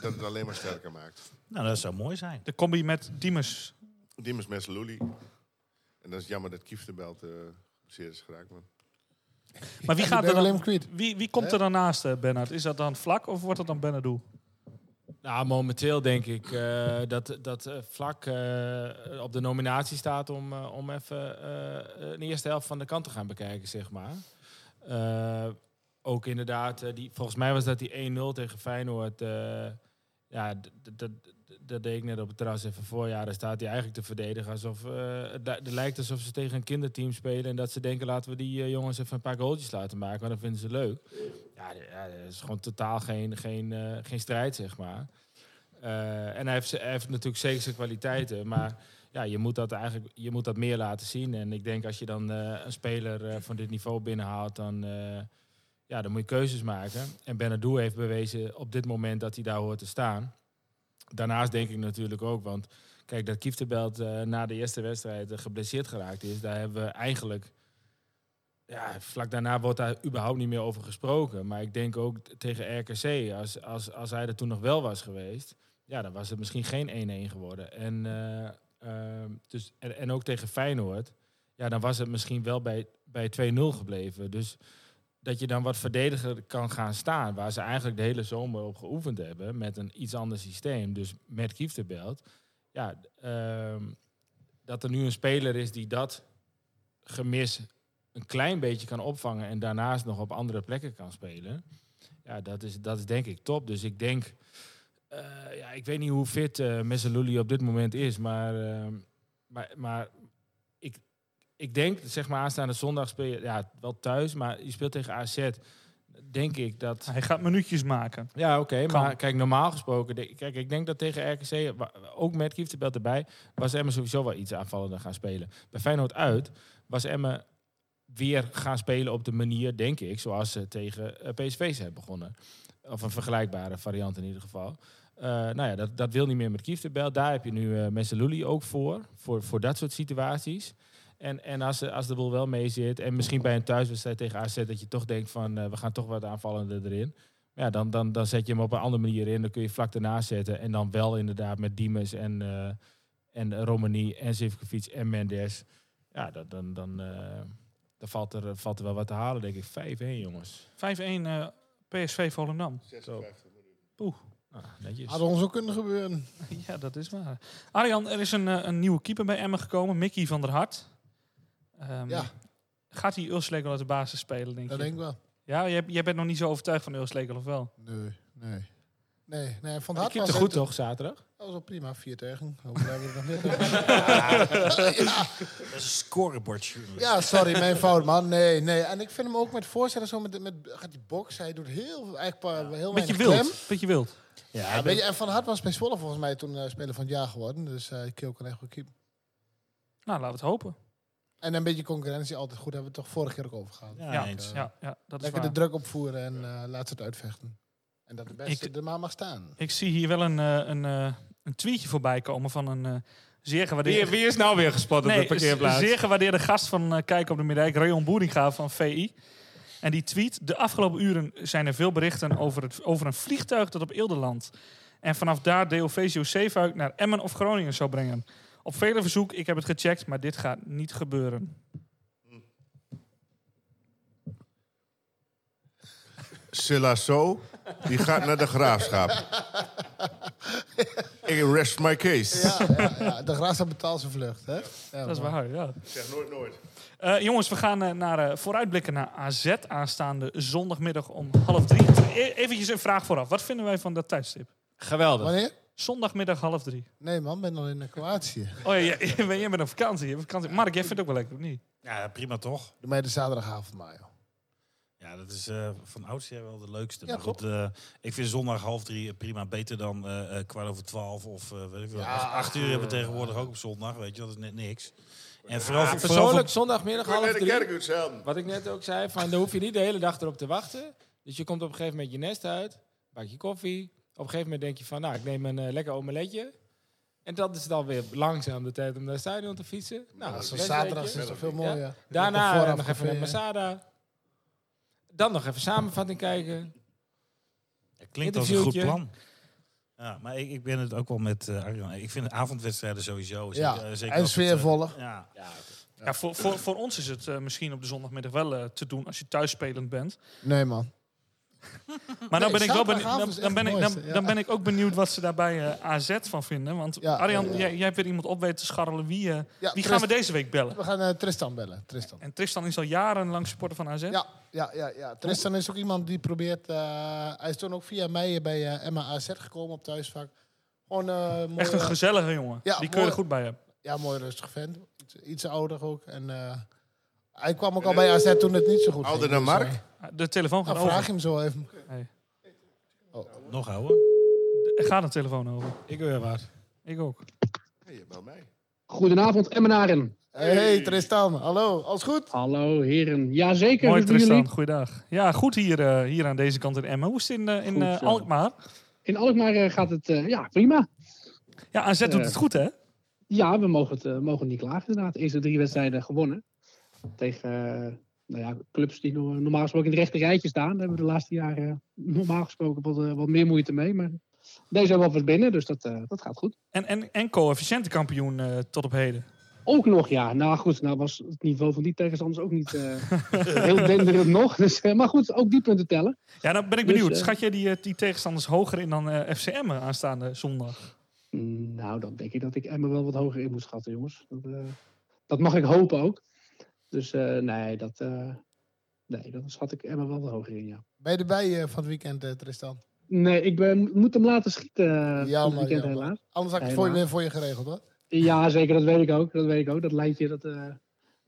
dat het alleen maar sterker maakt. Nou, dat zou mooi zijn. De combi met Diemers. Diemers Messaluli. En dat is jammer dat Kieftenbelt eh zeer is geraakt. Maar Maar wie, Ja, gaat die er ben Willem dan, kwijt. wie, wie komt er dan naast, eh, Bernhard? Is dat dan Vlak of wordt dat dan Benadou? Nou, momenteel denk ik eh, dat, dat eh, Vlak eh, op de nominatie staat om, eh, om even eh, een eerste helft van de kant te gaan bekijken, zeg maar. Eh, ook inderdaad, eh, die, volgens mij was dat die 1-0 tegen Feyenoord. eh, ja, d- d- d- d- dat deed ik net op het terras even voor. Ja, daar staat hij eigenlijk te verdedigen. Alsof, eh, het, li- het lijkt alsof ze tegen een kinderteam spelen. En dat ze denken, laten we die eh, jongens even een paar goaltjes laten maken. Want dan vinden ze leuk. Ja, d- ja dat is gewoon totaal geen, geen, eh, geen strijd, zeg maar. Eh, en hij heeft, ze- hij heeft natuurlijk zeker zijn kwaliteiten, maar ja, je moet dat eigenlijk je moet dat meer laten zien. En ik denk als je dan eh, een speler eh, van dit niveau binnenhaalt, dan, eh, ja, dan moet je keuzes maken. En Benadou heeft bewezen op dit moment dat hij daar hoort te staan. Daarnaast denk ik natuurlijk ook, want kijk, dat Kieftebelt eh na de eerste wedstrijd eh, geblesseerd geraakt is, daar hebben we eigenlijk ja, vlak daarna wordt daar überhaupt niet meer over gesproken. Maar ik denk ook t- tegen RKC, als, als, als hij er toen nog wel was geweest, ja, dan was het misschien geen 1-1 geworden. En, eh, ehm, dus, en, en ook tegen Feyenoord, ja, dan was het misschien wel bij, bij 2-0 gebleven. Dus dat je dan wat verdediger kan gaan staan, waar ze eigenlijk de hele zomer op geoefend hebben, met een iets ander systeem, dus met Kieftenbelt. Ja, ehm, dat er nu een speler is die dat gemis een klein beetje kan opvangen en daarnaast nog op andere plekken kan spelen. Ja, dat is, dat is denk ik top. Dus ik denk, eh, ja, ik weet niet hoe fit eh Messelulli op dit moment is, maar, ehm, maar, maar ik, ik denk, zeg maar, aanstaande zondag speel je, ja, wel thuis, maar je speelt tegen AZ. Denk ik dat. Ah, Hij gaat minuutjes maken. Ja, oké. Kan. maar kijk, normaal gesproken... de- Kijk, ik denk dat tegen RKC, wa- ook met Kieftenbelt erbij... was Emmen sowieso wel iets aanvallender gaan spelen. Bij Feyenoord uit was Emmen weer gaan spelen op de manier, denk ik... zoals ze tegen eh, PSV zijn begonnen. Of een vergelijkbare variant in ieder geval. Eh, nou ja, dat, dat wil niet meer met Kieftenbelt. Daar heb je nu eh Messeluli ook voor, voor. Voor dat soort situaties. En, en als, de- als de boel wel mee zit... en misschien bij een thuiswedstrijd tegen AZ... dat je toch denkt van, eh, we gaan toch wat aanvallender erin... Ja, dan, dan, dan zet je hem op een andere manier in. Dan kun je vlak daarna zetten. En dan wel inderdaad met Diemers en, eh en Romani en Zivkovic en Mendes. Ja, dat, dan, dan, eh, dan valt, er, valt er wel wat te halen, denk ik. 5-1, jongens. 5-1 eh, PSV Volendam. Zo. Poeh. Ah, netjes. Had ons ook kunnen gebeuren. Ja, dat is waar. Arjan, er is een, eh, een nieuwe keeper bij Emmen gekomen, Mickey van der Hart. Ehm, Ja. Gaat hij Ulslegel uit de basis spelen, denk Dat je? denk ik wel. Ja, jij, jij bent nog niet zo overtuigd van Ulslegel, of wel? Nee, nee. Nee, nee, Van Ik Hart keep was het het- goed toch, zaterdag? Dat was wel prima, vier tegen. Hopelijk hebben we het nog net. ja. Dat is een scorebordjournalist. ja, sorry, mijn fout, man. Nee, nee. En ik vind hem ook met voorzetten zo, met, met gaat die box, hij doet heel, eigenlijk pa- heel Beetje weinig klem. wild. Beetje wild. Ja, Ja, ik ben- weet je, en Van Hart was bij Zwolle volgens mij toen eh, speler van het jaar geworden. Dus eh Keel kan echt goed keepen. Nou, laten we het hopen. En een beetje concurrentie altijd goed, hebben we het toch vorige keer ook over gehad. Ja, Ja, eens. ja, ja dat is Lekker de waar. druk opvoeren en eh, laat ze het uitvechten. En dat de beste Ik- er maar mag staan. Ik zie hier wel een, eh, een, eh, een tweetje voorbij komen van een eh, zeer gewaardeerde... Wie, wie is nou weer gespot op Nee, de parkeerplaats? een zeer gewaardeerde gast van eh Kijk op de Middijk, Rayon Boeringa van VI. En die tweet, de afgelopen uren zijn er veel berichten over, het, over een vliegtuig dat op Ilderland. En vanaf daar DOV Zeefuik naar Emmen of Groningen zou brengen. Op vele verzoek, ik heb het gecheckt, maar dit gaat niet gebeuren. Silasso, die gaat naar de graafschap. Ik rest my case. Ja, ja, ja, de Graza betaalt zijn vlucht, hè? Ja, Dat is man. waar, ja. Zeg nooit nooit. Eh, jongens, we gaan eh, naar, eh, vooruitblikken naar AZ aanstaande zondagmiddag om half drie. E eventjes een vraag vooraf. Wat vinden wij van dat tijdstip? Geweldig. Wanneer? Zondagmiddag half drie. Nee, man, ben nog in de Kroatië. Oh ja, jij, jij bent op vakantie, op vakantie. Mark, jij vindt het ook wel lekker, of niet? Ja, prima toch? Doe mij de zaterdagavond maar, joh. Ja, dat is eh, van oudsher wel de leukste. Ja, maar goed, eh, ik vind zondag half drie prima beter dan eh, eh, kwart over twaalf of eh, weet ik veel. acht, acht uur hebben we tegenwoordig ook op zondag, weet je, dat is net niks. En vooral, Ja, voor- persoonlijk zondagmiddag Ga half naar de drie. kerk, hetzelfde. Wat ik net ook zei, van, daar hoef je niet de hele dag erop te wachten. Dus je komt op een gegeven moment je nest uit, bak je koffie. Op een gegeven moment denk je van, nou, ik neem een eh, lekker omeletje. En dat is dan weer langzaam de tijd om naar het stadion te fietsen. Nou, Zo'n wedstrijdje. zaterdag is toch veel mooier. Daarna Lekker eh, nog café, even naar hè? Masada. Dan nog even samenvatting kijken. Het klinkt als een goed Interviewtje. plan. Ja, maar ik, ik ben het ook wel met eh Arjan. Ik vind avondwedstrijden sowieso. Ja, eh, en als het, eh, sfeervolle. ja, Ja, voor, voor, voor ons is het eh, misschien op de zondagmiddag wel eh, te doen als je thuisspelend bent. Nee, man. Maar dan Nee, ben ik wel benieuwd, zaterdagavond dan, is echt dan ben ik, het dan, mooiste, ja. dan ben ik ook benieuwd wat ze daarbij eh, AZ van vinden. Want Ja, Arjan, ja, ja. Jij, jij hebt weer iemand op weten te scharrelen. Wie, eh, Ja, wie Trist- gaan we deze week bellen? We gaan eh, Tristan bellen. Tristan. En Tristan is al jarenlang supporter van AZ. Ja, ja, ja, ja. Tristan is ook iemand die probeert... eh, hij is toen ook via mij bij eh, Emma AZ gekomen op thuisvak. Gewoon eh, mooi, Echt een eh, gezellige jongen. Ja, die kun je er mooi. goed bij hebben. Ja, mooi rustig vent. Iets, iets ouder ook. En eh, hij kwam ook al bij AZ toen het niet zo goed Ouder dan ging. Mark? eh, De telefoon gaat nou, over. vraag hem zo even. nog ouder. Er gaat een telefoon over. Ik weer wat. Ik ook. Hey, je belt mij. Goedenavond, Emmenaren. Hey, hey, Tristan. Hallo, alles goed? Hallo, heren. Jazeker, Mooi hoe doen Tristan, jullie? goeiedag. Ja, goed hier, eh, hier aan deze kant in Emmen. Hoe is het in, eh, in Goed, eh, ja. Alkmaar? In Alkmaar eh, gaat het eh, ja, prima. Ja, AZ doet Eh. het goed, hè? Ja, we mogen, het, eh, mogen niet klagen inderdaad. Eerste drie wedstrijden gewonnen. Tegen eh, nou ja, clubs die no- normaal gesproken in het rechte rijtje staan. Daar hebben we de laatste jaren eh, normaal gesproken wat, eh, wat meer moeite mee. Maar deze hebben we wat binnen, dus dat, eh, dat gaat goed. En, en, en co-efficiënte kampioen eh, tot op heden. Ook nog, ja. Nou goed, nou was het niveau van die tegenstanders ook niet eh, heel denderend nog. Dus, eh, maar goed, ook die punten tellen. Ja, dan ben ik Dus, benieuwd. eh, Schat jij die, eh, die tegenstanders hoger in dan eh FCM aanstaande zondag? Mm, Nou, dan denk ik dat ik Emmen wel wat hoger in moet schatten, jongens. Dat, eh, dat mag ik hopen ook. Dus eh, nee, dat, eh, nee, dan schat ik Emmen wel wat hoger in, ja. Ben je erbij eh, van het weekend, eh, Tristan? Nee, ik ben, moet hem laten schieten ja, Jammer, weekend jammer. helaas. Anders had ik Nee, het voor je, maar- weer voor je geregeld, hoor. Ja, zeker, dat weet ik ook. Dat weet ik ook. Dat lijntje, dat, eh,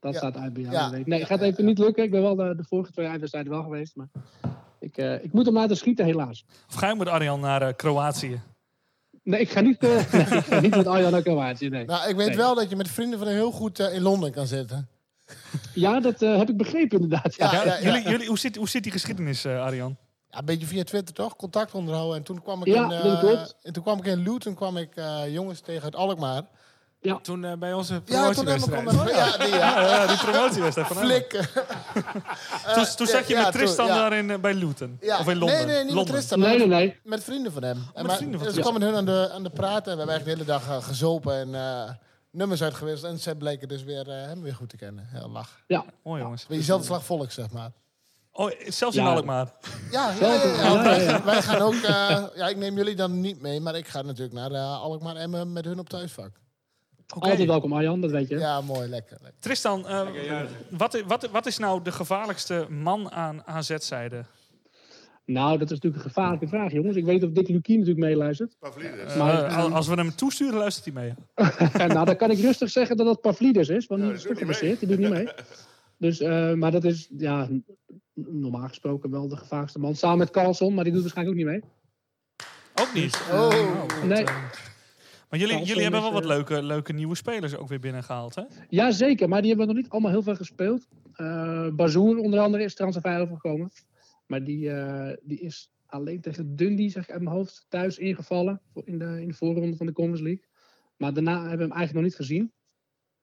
dat Ja. staat uit bij jou. Ja. dat weet ik. Nee, Ja, gaat ja, even ja. niet lukken. Ik ben wel eh, de, de vorige twee uitwedstrijden wel geweest, maar ik, eh, ik moet hem laten schieten, helaas. Of ga je met Arjan naar eh, Kroatië? Nee, ik ga niet, eh, nee, ik ga niet met Arjan ook nee. Nou, ik weet Nee. wel dat je met vrienden van hem heel goed eh, in Londen kan zitten. Ja, dat eh, heb ik begrepen inderdaad. Ja, Ja, ja, ja. Jullie, jullie, hoe, zit, hoe zit die geschiedenis, eh, Arjan? Ja, een beetje via Twitter toch? Contact onderhouden. En toen kwam ik, Ja, in, eh, dat klopt. en toen kwam ik in Luton kwam ik eh, jongens tegen uit Alkmaar. Toen eh, bij onze Ja, toen hebben we promotiewedstrijd. kwam ik- ja, die, ja. Ja, die promotiewedstrijd van Emmen. Flik. Eh, Toen, toen zat je ja, met Tristan toen, ja. daar in, eh, bij Luton? Ja. Of in Londen? Nee, nee, niet Londen. met Tristan. Nee, nee, maar nee. Met vrienden van hem. En met vrienden van dus hem. we kwamen hun aan de, aan de praten. En we hebben eigenlijk de hele dag eh, gezopen en eh, nummers uitgewisseld. En zij bleken dus weer, eh, hem weer goed te kennen. Heel lach. Ja, Mooi, jongens. Weet je, zelfde slag volk, zeg maar. Oh, zelfs in Ja. Alkmaar. Ja, ja, ja, Zelfde- ja, ja, want wij, ja, ja. wij gaan ook... eh, ja, ik neem jullie dan niet mee, maar ik ga natuurlijk naar eh, Alkmaar en met hun op thuisvak. Altijd welkom Arjan, dat weet je. Ja, mooi, lekker. Tristan, eh, wat, i- wat, wat is nou de gevaarlijkste man aan AZ-zijde? Nou, dat is natuurlijk een gevaarlijke vraag, jongens. Ik weet of Dick Lukien natuurlijk meeluistert. Eh, Maar, ehm, al- als we hem toesturen, luistert hij mee. nou, dan kan ik rustig zeggen dat dat Pavlidis is, want die is toch geblesseerd, die doet niet mee. Dus, eh, maar dat is ja, n- normaal gesproken wel de gevaarlijkste man. Samen met Carlson, maar die doet waarschijnlijk ook niet mee. Ook niet. Oh. Nee. Maar jullie, Carlson jullie hebben wel is, wat eh, leuke, leuke nieuwe spelers ook weer binnengehaald, hè? Jazeker, maar die hebben nog niet allemaal heel veel gespeeld. Eh Bazoer onder andere is transfer overgekomen. Maar die, eh, die is alleen tegen Dundee, zeg ik uit mijn hoofd, thuis ingevallen. voor- In de, in de voorronde van de Conference League. Maar daarna hebben we hem eigenlijk nog niet gezien.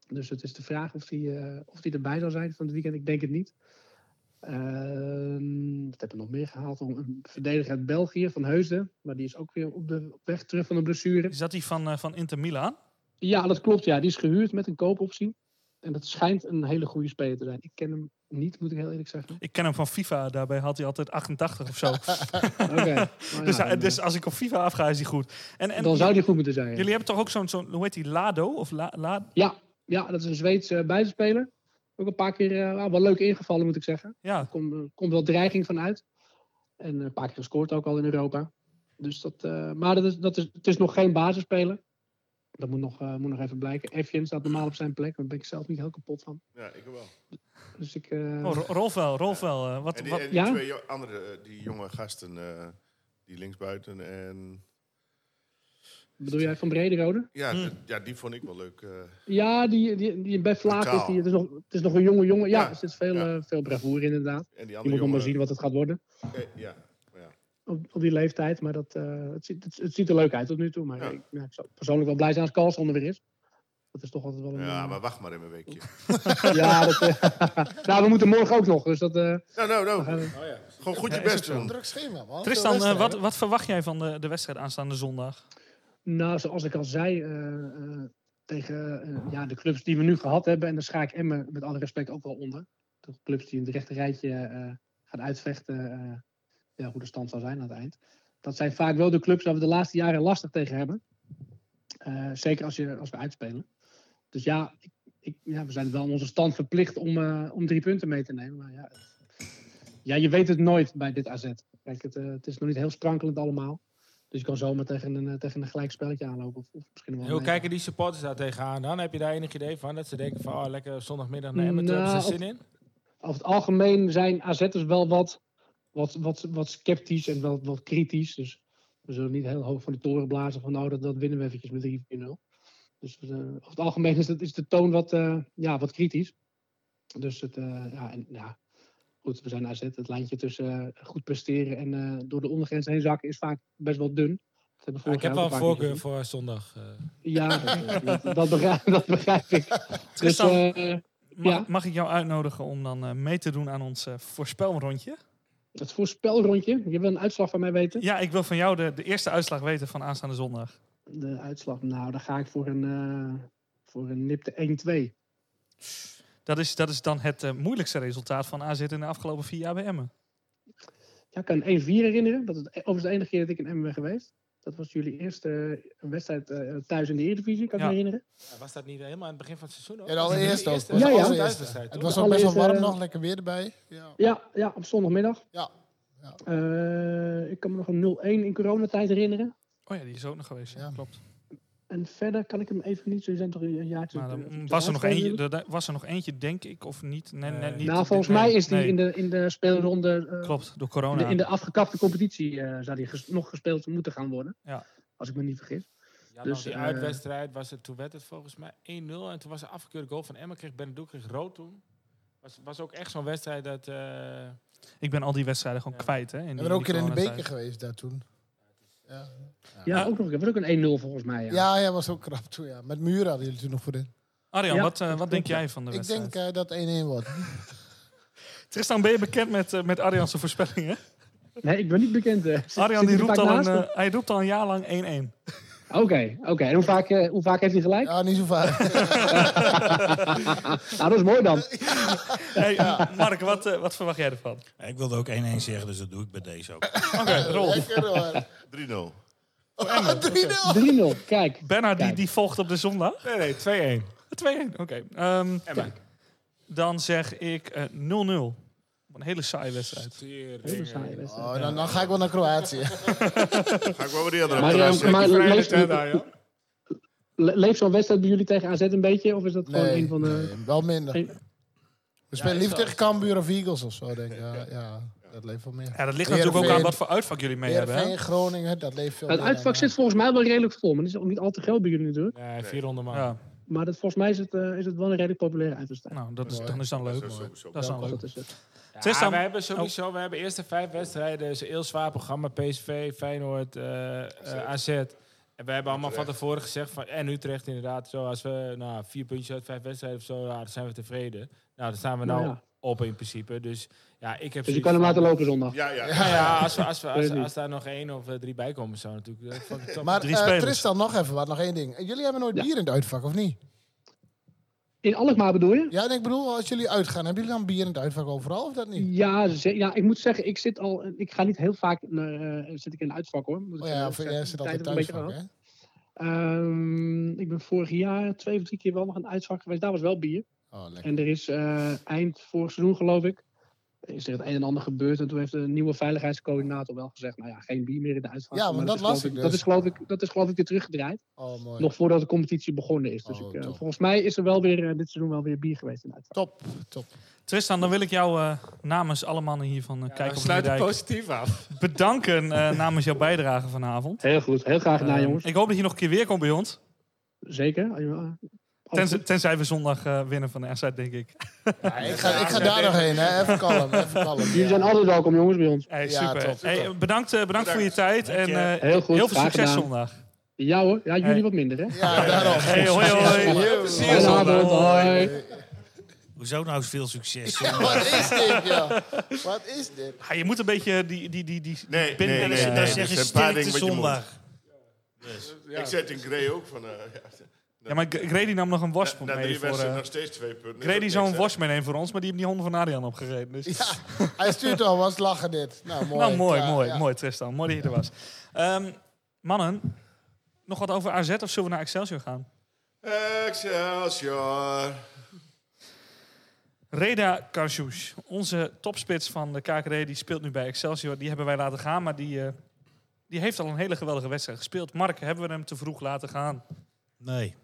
Dus het is de vraag of hij eh, of die erbij zal zijn van het weekend. Ik denk het niet. Ehm, wat hebben we nog meer gehaald? Een verdediger uit België, van Heusden. Maar die is ook weer op, de, op weg terug van een blessure. Is dat die van, eh, van Inter Milan? Ja, dat klopt. Ja. Die is gehuurd met een koopoptie. En dat schijnt een hele goede speler te zijn. Ik ken hem niet, moet ik heel eerlijk zeggen. Ik ken hem van FIFA, daarbij had hij altijd 88 of zo. ja, eh, dus, hij- dan, dus als ik op FIFA afga, is hij goed. En, en Dan zou die goed moeten zijn, ja. Jullie hebben toch ook zo'n, zo'n hoe heet die, Lado? Of La, La- Ja, ja dat is een Zweedse eh, buitenspeler. Ook een paar keer eh, ah, wel leuk ingevallen, moet ik zeggen. Ja. Er komt, eh, komt wel dreiging van uit. En eh, een paar keer gescoord ook al in Europa. Dus dat, eh, maar dat is, dat is, het is nog geen basisspeler. Dat moet nog, eh, moet nog even blijken. Evjen staat normaal op zijn plek. Daar ben ik zelf niet heel kapot van. Ja, ik wel. Dus ik... eh, Oh, Ro- Rolf wel, Rolf wel. eh, wat, en die, wat, en die twee jo- andere, eh, die jonge gasten, eh, die linksbuiten en... Bedoel jij Van Brederode? Ja, d- ja, die vond ik wel leuk. eh. Ja, die, die, die bij Vlaag is, Brutaal. die, het, is nog, het is nog een jonge jongen. Ja, er zit veel, eh, veel bravoure in, inderdaad. die Je andere moet nog maar jongen- zien wat het gaat worden Eh, ja, ja. op, op die leeftijd. Maar dat, eh, het, ziet, het, het ziet er leuk uit tot nu toe. Maar ik, ja, ik zou persoonlijk wel blij zijn als Carlson er weer is. Dat is toch altijd wel een... ja, eh, maar wacht maar even een weekje. ja, dat, eh, nou, we moeten morgen ook nog. Dus dat, eh, Nou, nou, nou. Gewoon goed je Ja, is best het zo. doen. Druk schema, man. Tristan, eh, Veel wat, wedstrijden. wat verwacht jij van de, de wedstrijd aanstaande zondag? Nou, zoals ik al zei, eh, eh, tegen eh, ja, de clubs die we nu gehad hebben, en daar schaak ik Emmen met alle respect ook wel onder. De clubs die in het rechte rijtje eh, gaan uitvechten eh, ja, hoe de stand zal zijn aan het eind. Dat zijn vaak wel de clubs waar we de laatste jaren lastig tegen hebben. Eh, zeker als, je, als we uitspelen. Dus ja, ik, ik, ja, we zijn wel aan onze stand verplicht om, eh, om drie punten mee te nemen. Maar ja, het- ja, je weet het nooit bij dit AZ. Kijk, het, eh, het is nog niet heel sprankelend allemaal. Dus je kan zomaar tegen een, eh, tegen een gelijk spelletje aanlopen. Of, of misschien wel En hoe een- kijken die supporters daar tegenaan? Dan heb je daar enig idee van dat ze denken van oh, lekker zondagmiddag naar Emmen. Nou, hebben ze op- zin in? over het algemeen zijn AZ'ers wel wat, wat, wat, wat sceptisch en wel wat kritisch. Dus we zullen niet heel hoog van de toren blazen van nou, dat, dat winnen we eventjes met 3-4-0. Dus eh, over het algemeen is, het, is de toon wat, eh, ja, wat kritisch. Dus het, eh, ja, en, ja, goed, we zijn AZ. Het lijntje tussen eh, goed presteren en eh, door de ondergrens heen zakken is vaak best wel dun. Dat hebben we Ja, vorig Ah, ik heb jaar wel ook een een paar keer voorkeur gezien. voor zondag. eh. Ja, dat, dat- dat begrijp, dat begrijp ik. Dus, Tristan, eh, mag, ja. mag ik jou uitnodigen om dan eh, mee te doen aan ons eh, voorspelrondje? dat voorspelrondje, je wil een uitslag van mij weten? Ja, ik wil van jou de, de eerste uitslag weten van aanstaande zondag. De uitslag, nou, dan ga ik voor een, eh, voor een nipte 1-2. Dat is, dat is dan het eh, moeilijkste resultaat van AZ in de afgelopen vier jaar bij Emmen. Ja, ik kan 1-4 herinneren. Dat is overigens de enige keer dat ik in Emmen ben geweest. Dat was jullie eerste eh, wedstrijd eh, thuis in de Eredivisie, kan ik Ja. me herinneren. Ja, was dat niet helemaal aan het begin van het seizoen? ook? Ja, de allereerste ook. Eerste- was de Ja, ja. allereerste. thuiswedstrijd, Het toch? was ook best wel Allereerste- warm nog, lekker weer erbij. Ja. Ja, ja op zondagmiddag. Ja. Eh, ik kan me nog een 0-1 in coronatijd herinneren. Oh ja, die is ook nog geweest. Ja. Klopt. En verder kan ik hem even niet, zo zijn toch een jaartje... Maar dan mm, eh, was er nog terug- eentje, er- er- was er nog eentje, denk ik, of niet? Nee, nee, niet nou, volgens Nee, mij is die nee. in, de, in de speelronde... eh, Klopt, in door corona. de, in de afgekapte competitie eh, zou die ges- nog gespeeld moeten gaan worden. Ja. Als ik me niet vergis. Ja, dus die eh, uitwedstrijd was het, toen werd het volgens mij 1-0. En toen was er afgekeurde goal van Emmen, kreeg Beneduk kreeg rood toen. Was, was ook echt zo'n wedstrijd dat... eh, Ik ben al die wedstrijden gewoon kwijt. Hè, in We die- zijn ook een die keer in de beker coronatijd. geweest daar toen. Ja, Ja, ook nog een keer. was ook een 1-0 volgens mij. Ja. ja, ja, was ook krap toen. Ja. Met Muren hadden jullie toen nog voorin. Arjan, Ja, wat, eh, dat wat denk klopt, ja. jij van de Ik wedstrijd? denk eh, dat 1-1 wordt. Tristan, ben je bekend met, eh, met Arjan's voorspellingen? Nee, ik ben niet bekend. eh. Zit- Arjan zit die hij roept, vaak al een, naast? eh, hij roept al een jaar lang 1-1. Oké, oké. En hoe vaak, eh, hoe vaak heeft hij gelijk? Ja, niet zo vaak. Ah, dat is mooi dan. Hey, eh, Mark, wat, eh, wat verwacht jij ervan? Ik wilde ook 1-1 zeggen, dus dat doe ik bij deze ook. Oké, Rolf. Lekker hoor. 3-0. 3-0. 3-0, kijk. Bernard die, die volgt op de zondag. Nee, nee, 2-1. 2-1, oké. Ehm, dan zeg ik eh, 0-0. een hele saaie wedstrijd. Hele saaie wedstrijd. Oh, dan, dan ga ik wel naar Kroatië. Ga ik wel weer die andere Maar, terras eh, zitten. maar leeft, le- leeft zo'n wedstrijd bij jullie tegen AZ een beetje? Of is dat gewoon Nee, een van de... wel minder. We spelen is liever wel- tegen Cambuur of Eagles of zo, denk ik. Ja, ja, dat leeft wel meer. Ja, dat ligt natuurlijk ook aan wat voor uitvak jullie mee hebben. hè? Heerenveen, Groningen, dat leeft veel Het meer aan- uitvak zit volgens mij wel redelijk vol. Maar dat is ook niet al te groot bij jullie natuurlijk. Nee, 400 man. Ja. Maar dat, volgens mij is het, eh, is het wel een redelijk populaire uitwedstrijd. Nou, dat is, Mooi. dan is dan leuk. Dat is dan leuk. Dat is het. Ja, Zes dan- Oh. we hebben sowieso, we hebben eerste vijf wedstrijden. Dus een heel zwaar programma. PSV, Feyenoord, eh, eh, AZ. En we hebben allemaal van tevoren gezegd van... En Utrecht inderdaad. Zo als we nou, vier puntjes uit vijf wedstrijden of zo... Ja, dan zijn we tevreden. Nou, daar staan we nou Nou ja. op in principe. Dus ja, ik heb... Dus je zoiets kan hem van- laten lopen zondag. Ja, ja. Ja, ja, als, we, als, we, als, Weet niet. als daar nog één of eh, drie bij komen zou natuurlijk... eh, fucking top. Maar eh, Tristan, nog even wat, nog één ding. Jullie hebben nooit bier in het uitvak, of niet? In Alkmaar bedoel je? Ja, en ik bedoel, als jullie uitgaan, hebben jullie dan bier in het uitvak overal of dat niet? Ja, ze- ja, ik moet zeggen, ik zit al. Ik ga niet heel vaak naar, eh, zit ik in de uitvak hoor. Moet ik Oh ja, zeggen. of Ik jij heb zit de altijd tijd een beetje thuisvak, gehad. Ehm, ik ben vorig jaar twee of drie keer wel nog aan het uitvak geweest. Daar was wel bier. Oh, lekker. En er is eh, eind vorig seizoen, geloof ik, is er het een en ander gebeurd. En toen heeft de nieuwe veiligheidscoördinator wel gezegd: nou ja, geen bier meer in de uitvak. Ja, want Maar dat is, las geloof ik Dat dus. is, geloof ik, dat is geloof ik weer teruggedraaid. Oh, mooi. Oh, Nog voordat de competitie begonnen is. Dus ik, eh, volgens mij is er wel weer eh, dit seizoen wel weer bier geweest in de uitvak. Top, top. Tristan, dan wil ik jou eh, namens alle mannen hier van eh Kijk we op sluiten Meerdijk positief af. bedanken eh, namens jouw bijdrage vanavond. Heel goed, heel graag gedaan, Eh, jongens. Ik hoop dat je nog een keer weer komt bij ons. Ehm, Zeker. Eh, Tenzij, tenzij we zondag eh, winnen van de RZ, denk ik. ik ga, ik ga daar nog heen, hè. Even kalm, even kalm. Jullie zijn altijd welkom, jongens, bij ons. Hey, Ja, super. top. Hey, eh, bedankt, eh, bedankt voor je tijd. En eh, Heel goed, heel veel graag succes gedaan. zondag. Ja hoor, ja, jullie wat minder, hè? Ja, daarom. Hey, hoi, hoi. Fijne avond, hoi. Hoezo nou veel succes? Wat is dit, joh? Wat is dit? Ja, je moet een beetje die... die, die, die Nee, binnen- nee, nee, nee, dus Daar er zeg je zijn een paar sterkte dingen wat je moet. zondag. Ik zet in Gray ook van... eh, ja, Ja, maar G- Grady nam nog een worst na mee drie voor... wedstrijden eh nog steeds twee punten. Grady Is zou dat een niks, worst meenemen voor ons, maar die heeft die honden van Adrian opgereden. Dus... Ja, hij stuurt al was lachen dit. Nou, mooi. nou, mooi, Ja, mooi, ja. mooi Tristan. Mooi dat je er was. Ehm, mannen, nog wat over AZ of zullen we naar Excelsior gaan? hè? Excelsior. Reda Karsjoes, onze topspits van de KKD, die speelt nu bij Excelsior. Die hebben wij laten gaan, maar die, eh, die heeft al een hele geweldige wedstrijd gespeeld. Mark, hebben we hem te vroeg laten gaan? Nee.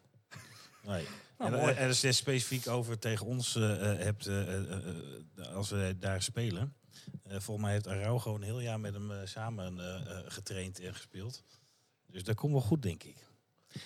Nee. Nou, En, mooi. eh, er is dus specifiek over tegen ons eh, eh, hebt, eh, eh, eh, als we daar spelen. Eh, volgens mij heeft Araujo een heel jaar met hem eh, samen eh, eh, getraind en gespeeld. Dus dat komt wel goed, denk ik.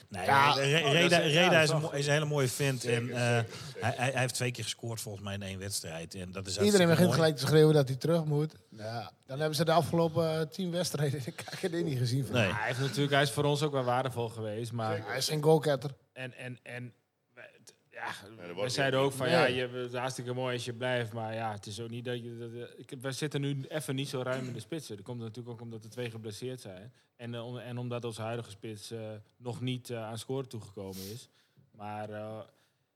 Nee, Ja. Re- Re- Oh, dat is- Reda, ja, Reda dat is, is een, wel mo- is een hele mooie vent. en, eh, Hij, hij, hij heeft twee keer gescoord volgens mij in één wedstrijd. En dat is Iedereen hartstikke begint mooi. gelijk te schreeuwen dat hij terug moet. Ja, dan hebben ze de afgelopen eh, tien wedstrijden in de KKD niet gezien. Van. Nee. Hij, heeft natuurlijk, hij is voor ons ook wel waardevol geweest, maar... Hij is geen goalketter. En, en, en we- t- ja, dat we wordt zeiden ook van Nee. ja, je, het is hartstikke mooi als je blijft, maar ja, het is ook niet dat je. Dat, ik, we zitten nu even niet zo ruim in de spitsen. Dat komt natuurlijk ook omdat de twee geblesseerd zijn. En, eh, om- en omdat onze huidige spits eh, nog niet eh, aan score toegekomen is. Maar eh,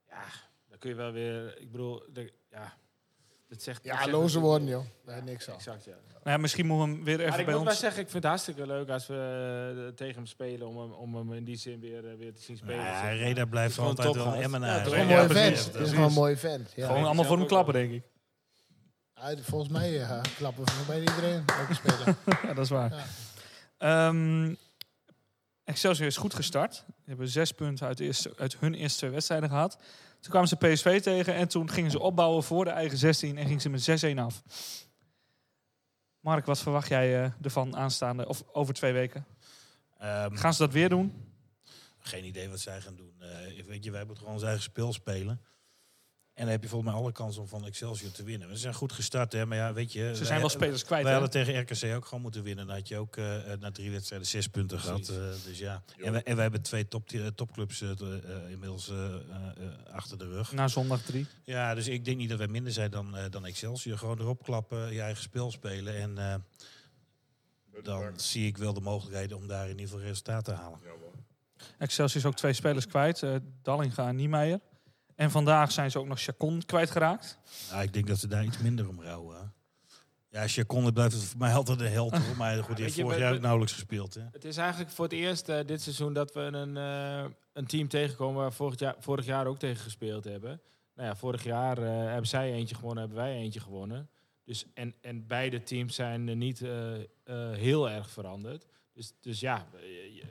ja, dan kun je wel weer. Ik bedoel, de- ja, dat zegt. dat Ja, zegt loze natuurlijk- worden, joh. Daar is niks aan. Exact, ja. Nou ja, misschien moeten we hem weer Maar even ik bij moet wel ons... zeggen, ik vind het hartstikke leuk als we eh, tegen hem spelen om hem, om hem in die zin weer, eh, weer te zien spelen. Ja, Zeg maar. Reda blijft Gewoon altijd wel een topgast. Ja, Emmenaar. het is Gewoon Ja, een mooie precies, vent. Het is gewoon een mooie vent. Ja. Gewoon allemaal voor hem klappen, denk ik. Hij- Volgens mij eh, klappen we bij iedereen. Elke speler. Ja, dat is waar. Ehm, Excelsior is goed gestart. Ze hebben zes punten uit, de eerste, uit hun eerste twee wedstrijden gehad. Toen kwamen ze PSV tegen en toen gingen ze opbouwen voor de eigen 16 en gingen ze met 6-1 af. Mark, wat verwacht jij eh, ervan aanstaande of over twee weken? Ehm, Gaan ze dat weer doen? Geen idee wat zij gaan doen. Eh, ik weet je, wij moeten gewoon ons eigen spel spelen. En dan heb je volgens mij alle kans om van Excelsior te winnen. We zijn goed gestart, hè? Maar ja, weet je... Ze zijn wel spelers kwijt. Wij hè? hadden tegen RKC ook gewoon moeten winnen. Dan had je ook eh, eh, na drie wedstrijden zes punten gehad. eh, dus ja. En wij, en wij hebben twee top, eh, topclubs eh, te- eh, inmiddels eh, eh, eh, achter de rug. Na zondag 3. Ja, dus ik denk niet dat wij minder zijn dan, eh, dan Excelsior. Gewoon erop klappen, je eigen spel spelen. En eh, dan zie ik wel de mogelijkheden om daar in ieder geval resultaat te halen. Excelsior is ook twee spelers kwijt. eh, Dallinga en Niemeyer. En vandaag zijn ze ook nog Chacon kwijtgeraakt. Ja, ik denk dat ze daar iets minder om rouwen. Ja, Chacon blijft voor mij altijd de held. Hoor. Maar goed, die weet heeft je, vorig we- jaar we- ook nauwelijks gespeeld. Hè? Het is eigenlijk voor het eerst eh, dit seizoen dat we een, eh, een team tegenkomen waar we vorig jaar, vorig jaar ook tegen gespeeld hebben. Nou ja, vorig jaar eh, hebben zij eentje gewonnen, hebben wij eentje gewonnen. Dus, en, en beide teams zijn er niet eh, eh, heel erg veranderd. Dus, dus ja, eh, je,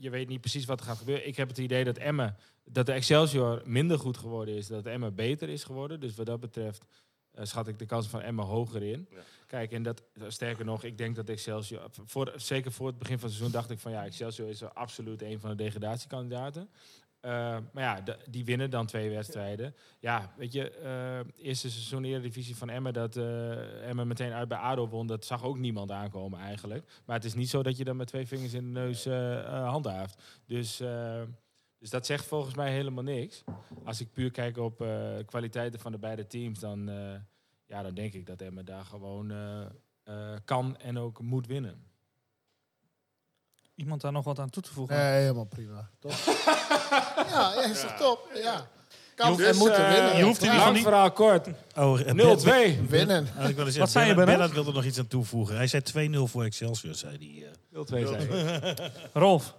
je weet niet precies wat er gaat gebeuren. Ik heb het idee dat Emmen, dat de Excelsior minder goed geworden is, dat Emmen beter is geworden. Dus wat dat betreft eh, schat ik de kans van Emmen hoger in. Kijk, en dat, sterker nog, ik denk dat Excelsior... Voor, zeker voor het begin van het seizoen dacht ik van... ja, Excelsior is er absoluut een van de degradatiekandidaten. Eh, maar ja, d- die winnen dan twee wedstrijden. Ja, weet je, eh eerste seizoen Eredivisie van Emmen... dat eh, Emmen meteen uit bij ADO won... dat zag ook niemand aankomen eigenlijk. Maar het is niet zo dat je dan met twee vingers in de neus eh, eh, handhaaft. Dus... eh, dus dat zegt volgens mij helemaal niks. Als ik puur kijk op eh, kwaliteiten van de beide teams, dan, eh, ja, dan denk ik dat Emmen daar gewoon eh, eh, kan en ook moet winnen. Iemand daar nog wat aan toe te voegen? Nee, helemaal prima. Top. ja, ja, is toch top? Ja. Kan Dus, en moeten eh, winnen. je hoeft in ieder geval Ja. niet- Verhaal kort. Oh, eh, 0-2. Ben- Winnen. Nou, ik wilde zeggen, Wat zei je, Bernard? Bernard? Bernard wilde nog iets aan toevoegen. Hij zei 2-0 voor Excelsior, zei hij. eh. 0-2 zei Rolf.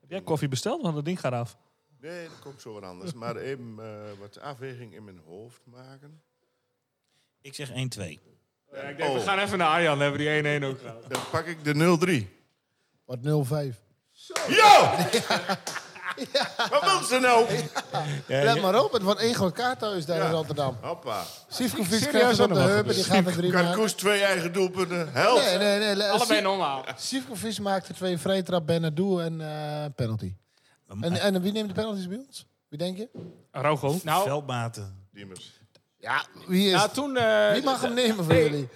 Heb jij koffie besteld? Want dat ding gaat af. Nee, dat komt zo wat anders. Maar even eh, wat afweging in mijn hoofd maken. Ik zeg 1-2. ik denk, we gaan even naar Arjan, hebben die 1-1 ook gehad. Oh. Dan pak ik de 0-3. Wat 0-5. Yo! Wat wil ze nou? Let maar op, het wordt één groot kaart thuis daar Ja. in Rotterdam. Hoppa. Sivkovic krijgt het op de heupen, die gaat er drie maken. Karkoes, twee eigen doelpunten. Helft. Nee, nee, nee. le- Allebei Siv- normaal. Sivkovic maakte twee vrije trap, Benadou en eh, penalty. En, en wie neemt de penalties bij ons? Wie denk je? Raugo. Nou, Veldmaten. Diemers. Ja, wie is... nou, toen, eh, wie mag hem nemen voor nee, jullie?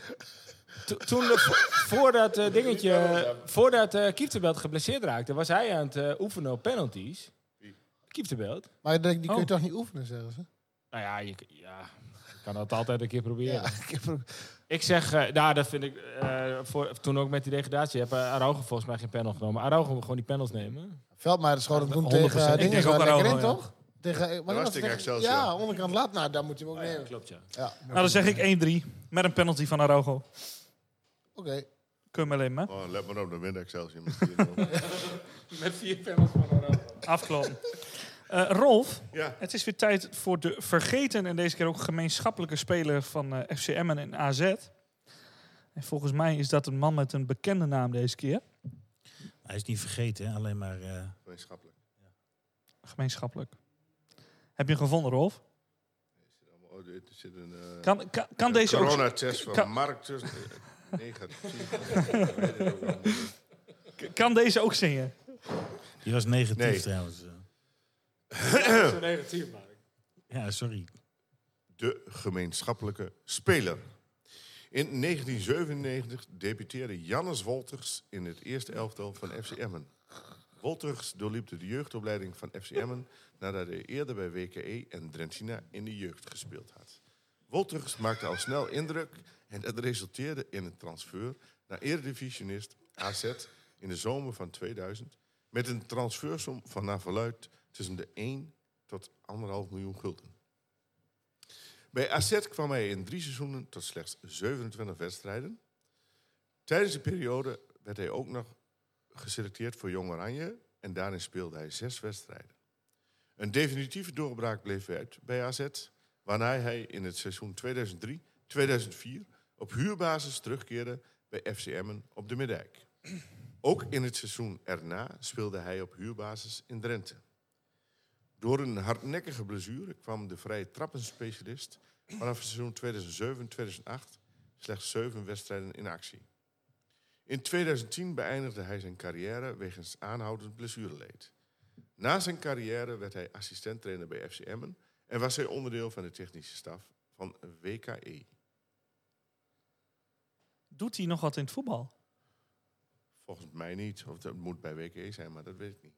to- toen de- vo- voordat eh, dingetje, voordat eh Kieftebelt geblesseerd raakte, was hij aan het eh, oefenen op penalties. Kieftebelt. Maar ik denk, die kun je Oh. toch niet oefenen, zeggen ze? Nou ja, je, ja, je kan dat altijd een keer proberen. Ja, ik heb er- Ik zeg, eh, nou, dat vind ik. eh, voor, toen ook met die degradatie heb uh, Araujo volgens mij geen panel genomen. Araujo moet gewoon die panels nemen. Veldmaat schoot hem toen 100%. tegen eh, Ik dingen denk zo ook lekker in, Araujo, ja. toch? Tegen, eh, wanneer was het tegen Excelsior. Ja, onderkant lat. Nou, daar moet je hem ook nemen. Klopt, Oh, ja. Ja, Nou, dan zeg ik 1-3. Met een penalty van Araugo. oké. Kun je alleen maar. Oh, let maar op, dan wint Excelsior. met 4-0. Met vier panels van Araujo. Afkloppen. Eh, Rolf, ja. het is weer tijd voor de vergeten en deze keer ook gemeenschappelijke speler van eh FC Emmen en AZ. En volgens mij is dat een man met een bekende naam deze keer. Hij is niet vergeten, hè? alleen maar... eh, Gemeenschappelijk. Gemeenschappelijk. Heb je hem gevonden, Rolf? Oh, er zit een, eh, Kan, kan, kan deze ook... coronatest van kan- Mark tussen. eh, Negatief. Ik weet het ook allemaal niet. Kan deze ook zingen? die was negatief Nee. trouwens. eh. Zo negatief, maar. Ja, sorry. de gemeenschappelijke speler. In 1997 debuteerde Jannes Wolters in het eerste elftal van FC Emmen. Wolters doorliep de jeugdopleiding van FC Emmen nadat hij eerder bij WKE en Drentina in de jeugd gespeeld had. Wolters maakte al snel indruk en dat resulteerde in een transfer naar eredivisionist AZ in de zomer van 2000 met een transfersom van naar verluid tussen de 1 tot 1,5 miljoen gulden. Bij AZ kwam hij in drie seizoenen tot slechts 27 wedstrijden. Tijdens de periode werd hij ook nog geselecteerd voor Jong Oranje en daarin speelde hij zes wedstrijden. Een definitieve doorbraak bleef uit bij AZ, waarna hij in het seizoen 2003-2004 op huurbasis terugkeerde bij FC Emmen op de Middijk. Ook in het seizoen erna speelde hij op huurbasis in Drenthe. Door een hardnekkige blessure kwam de vrije trappenspecialist vanaf het seizoen 2007-2008 slechts zeven wedstrijden in actie. In 2010 beëindigde hij zijn carrière wegens aanhoudend blessureleed. Na zijn carrière werd hij assistenttrainer bij FC Emmen en was hij onderdeel van de technische staf van E. WKE. Doet hij nog wat in het voetbal? Volgens mij niet, of dat moet bij WKE zijn, maar dat weet ik niet.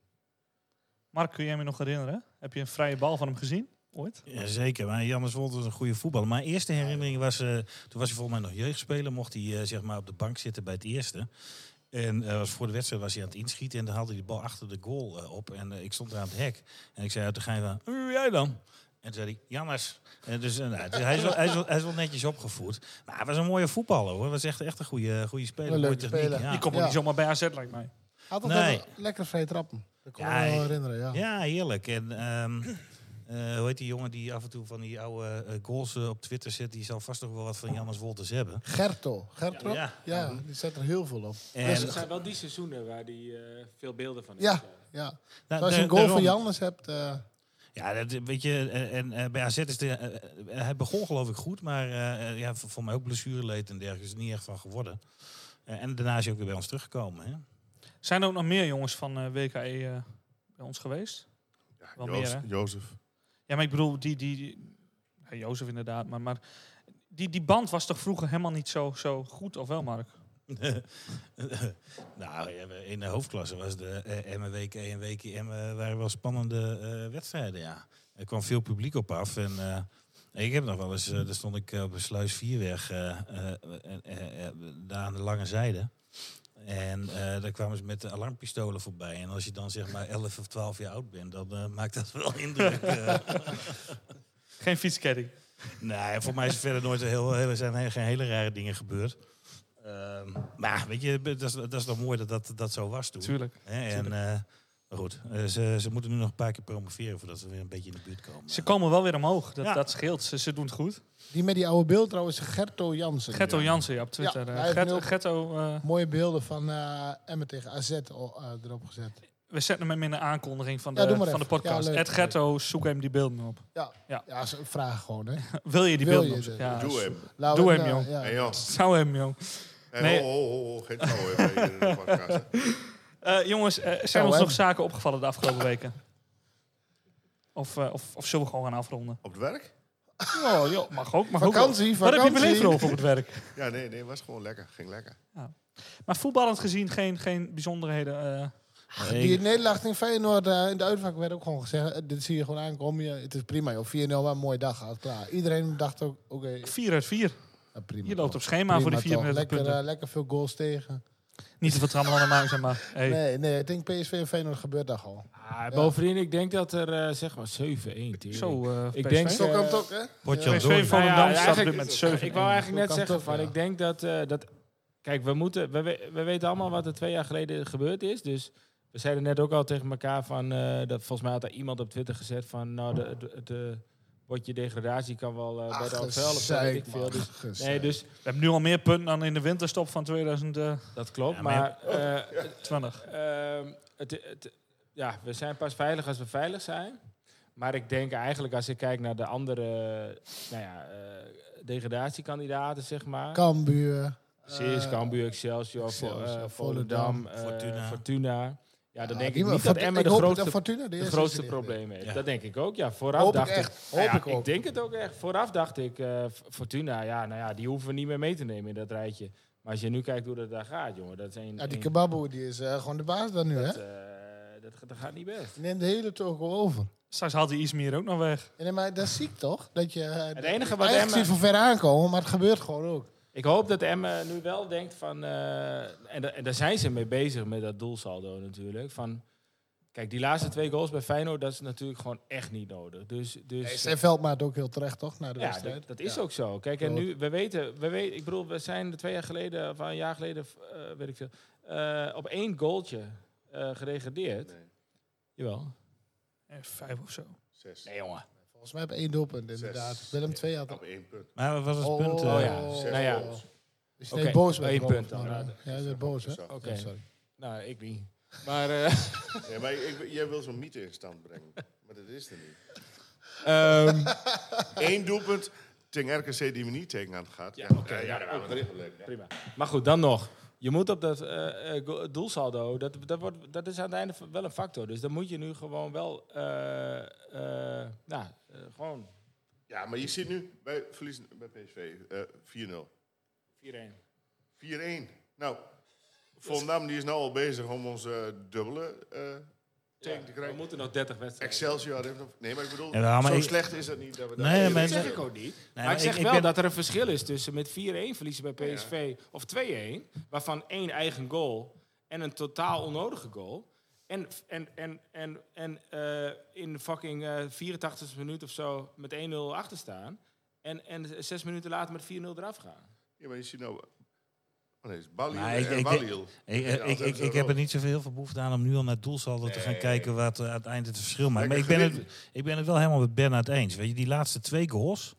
Mark, kun jij me nog herinneren? Heb je een vrije bal van hem gezien? Ooit? Ja, zeker. Maar Jannes Wolters was een goede voetballer. Mijn eerste herinnering was... eh, toen was hij volgens mij nog jeugdspeler. Mocht hij eh, zeg maar op de bank zitten bij het eerste. En eh, was voor de wedstrijd was hij aan het inschieten. En dan haalde hij de bal achter de goal eh, op. En eh, ik stond daar aan het hek. En ik zei uit de gein van... Hoe doe jij dan? En toen zei hij, Jannes. En dus, eh, nou, het is- hij, is wel, hij, is wel, hij is wel netjes opgevoed. Maar hij was een mooie voetballer hoor. Hij was echt, echt een goede, goede speler. Een mooie leuke techniek. speler. Ja. Die komt ook niet zomaar bij AZ lijkt mij. Had altijd Nee. wel lekker vrij trappen. Dat kan Ja, ik me hij- wel herinneren, ja. heerlijk. En ehm, eh, hoe heet die jongen die af en toe van die oude eh, goals eh, op Twitter zit? Die zal vast nog wel wat van Jannes Wolters hebben. Gerto. Gertrup? Ja. Ja, die zet er heel veel op. En- dat Dus zijn wel die seizoenen waar hij veel beelden van heeft. Ja, ja. Nou, Als je da- een goal van daarom. Jannes hebt... eh, Ja, dat, weet je, en, en eh, bij AZ is de, eh, eh, hij begon geloof ik goed, maar eh, eh, ja, voor, voor mij ook blessureleed en dergelijke is er niet echt van geworden. Eh, en daarna is hij ook weer bij ons teruggekomen. Hè? Zijn er ook nog meer jongens van eh, WKE eh, bij ons geweest? Wel Joost- meer, hè? Jozef. Ja, maar ik bedoel, die... die, die- ja, Jozef inderdaad, maar, maar die, die band was toch vroeger helemaal niet zo, zo goed, of wel, Mark? nou, ja, we- in de hoofdklasse was de eh Emmen WK en WK Emmen waren wel spannende eh, wedstrijden, ja. Er kwam veel publiek op af en eh, ik heb nog wel eens, eh, daar stond ik op Sluis 4 weg, eh, eh, eh, eh, eh, daar aan de lange zijde. En eh, daar kwamen ze met de alarmpistolen voorbij. En als je dan zeg maar 11 of 12 jaar oud bent, dan eh, maakt dat wel indruk. eh. Geen fietsketting. Nee, voor mij is er verder nooit een heel, heel, zijn he- geen hele rare dingen gebeurd. Ehm, maar weet je, dat is, dat is toch mooi dat dat, dat zo was toen. Tuurlijk, Hè, en eh, maar goed, eh, ze, ze moeten nu nog een paar keer promoveren voordat ze weer een beetje in de buurt komen. Ze komen wel weer omhoog, dat, Ja. dat scheelt. Ze, ze doen het goed. Die met die oude beeld trouwens, Gerto Jansen. Gerto Jansen, ja, op Twitter. Ja, Eh, hij heeft Gert- nul- Gerto, eh, Mooie beelden van eh Emmen tegen AZ al, eh, erop gezet. we zetten hem in de aankondiging van de, Ja, doe maar van de even. podcast. Ja, leuk. Ed Gerto, zoek hem die beelden op. Ja, ja. ze vragen gewoon, hè. Wil je die Wil beelden je op? dit? Ja, Doe zo- hem. Laat Doe hem, hem, eh, jong. ja. En joh. Zou hem, jong. En Nee. oh, oh, oh, oh, geen touw even in de podcast. Eh, jongens, eh, zijn Zou ons hem. nog zaken opgevallen de afgelopen weken? Of, eh, of, of zullen we gewoon gaan afronden? Op het werk? Oh, joh, mag ook. Mag ook wel. Vakantie, Wat heb je vakantie. beleefd over op het werk? Ja, nee, nee, was gewoon lekker. Ging lekker. Maar voetballend gezien geen, geen bijzonderheden. eh. Die nederlaag in Feyenoord eh, in de uitvak werd ook gewoon gezegd... eh, dit zie je gewoon aankomen, je, het is prima, joh. 4-0, wat een mooie dag, gaat klaar. Iedereen dacht ook, oké, 4 uit 4. nou, prima. Je toch. loopt op schema Prima voor die toch. 34 lekker, punten. eh, lekker veel goals tegen. Niet te veel trammen aan de maag, zeg maar. Hey. Nee, nee, ik denk PSV en Feyenoord gebeurt daar gewoon. Ah, bovendien, ik denk dat er eh, zeg maar 7-1. tegen. Zo, eh, ik PSV. denk Zo eh, Stockholm toch, hè? Potje PSV door. van- Nou ja, Volendam staat eigenlijk- nu met 7-1. Ik wou eigenlijk net Kan zeggen, toch, van, ja. ik denk dat, eh, dat... Kijk, we, moeten, we, we- we weten allemaal wat er twee jaar geleden gebeurd is. Dus we zeiden net ook al tegen elkaar van... eh, dat volgens mij had er iemand op Twitter gezet van... Nou, de, de, de potje degradatie kan wel eh, bij de Ach, NFL of zo, weet ik gezeik, veel. man. Dus, nee, Gezeik. dus We hebben nu al meer punten dan in de winterstop van 2020. dat klopt. Ja, maar- maar eh, Ehm, het, het- ja, we zijn pas veilig als we veilig zijn. Maar ik denk eigenlijk, als ik kijk naar de andere nou ja, eh, degradatiekandidaten, zeg maar. Cambuur. Precies, eh, Cambuur, Excelsior, Excelsior, Vo- Volendam, eh, Volendam, eh, Fortuna. Fortuna. Ja, dan denk ik Ah, die- niet dat Fortu- Emma ik de hoop dat grootste, Fortuna de de eerste grootste is die erin. probleem heeft. Ja. Dat denk ik ook, ja. Vooraf Hoop ik dacht echt. nou Hoop ja, ik ook. denk het ook echt. Vooraf dacht ik, eh, F- Fortuna, ja, nou ja, die hoeven we niet meer mee te nemen in dat rijtje. Maar als je nu kijkt hoe dat daar gaat, jongen, dat is een... Ja, die een- Kebabu die is eh, gewoon de baas dan nu, hè? Mm. dat, eh, dat, dat gaat niet best. Die Neemt de hele toko over. Straks haalt hij Izmir ook nog weg. En, nee, maar dat is ziek toch? Dat je, eh, Het enige wat Dus, eigenlijk Emma- ziet van ver aankomen, maar het gebeurt gewoon ook. Ik hoop dat Emmen nu wel denkt van... eh, en, da- en daar zijn ze mee bezig met dat doelsaldo natuurlijk. Van, kijk, die laatste twee goals bij Feyenoord... dat is natuurlijk gewoon echt niet nodig. Dus, dus, eh, Nee, Stijn Veldmaat ook heel terecht toch? Na de ja, wedstrijd. dat, dat is Ja. ook zo. Kijk, en nu, we weten, we weten... Ik bedoel, we zijn er twee jaar geleden, of een jaar geleden, of, eh, weet ik veel... eh, op één goaltje eh geregradeerd. Jawel. Eh, Vijf of zo. Zes. Nee, jongen. Volgens mij heb één doelpunt inderdaad. Willem 2 had Op één punt. Maar wat was het punt? eh? oh ja. Zes Nou ja. goals. Dus je Oké, deed boos één werd punt geloof ik. dan. Ja, je werd boos hè? Oké. Oké. Ja, sorry. Nou, ik niet. Maar... eh, Ja, maar ik, jij wil zo'n mythe in stand brengen. Maar dat is er niet. ehm, Eén doelpunt tegen RKC die we niet tegenaan gaat. Ja, Ja, oké, ja, ja, ja, daar ook erin gebleven, ja. Prima. Maar goed, dan nog. Je moet op dat eh, eh, go- doelsaldo, dat, dat, wordt, dat is aan het einde wel een factor. Dus dan moet je nu gewoon wel, eh, eh, nou, eh, gewoon Ja, maar je ziet nu, wij verliezen bij PSV eh, 4-0. 4-1. 4-1. Nou, Volendam die is nou al bezig om onze dubbele eh tegen te we krijgen. moeten nog 30 wedstrijden. Excelsior heeft nog... Nee, maar ik bedoel, Ja, maar zo ik- slecht is dat niet. Dat we Nee, daar maar- Dat zeg ik ook niet. maar, maar ik zeg ik- ik wel ben- dat er een verschil is tussen met 4-1 verliezen bij PSV of 2-1, waarvan één eigen goal en een totaal onnodige goal. En, en, en, en, en eh, in de fucking eh 84 e minuut of zo met 1-0 achter staan. En, en zes minuten later met 4-0 eraf gaan. Ja, maar je ziet nou... Oh nee, het is Balil. Maar en ik, ik, Balil. ik, Ja, ik, ik, dat ik, is heb er rood. niet zoveel veel behoefte aan om nu al naar het doelsaldo te gaan Nee. kijken wat eh, uiteindelijk het verschil maakt. Maar ik Lekker ben, het, gewin. ik ben het wel helemaal met Bernard eens. Weet je, die laatste twee goals,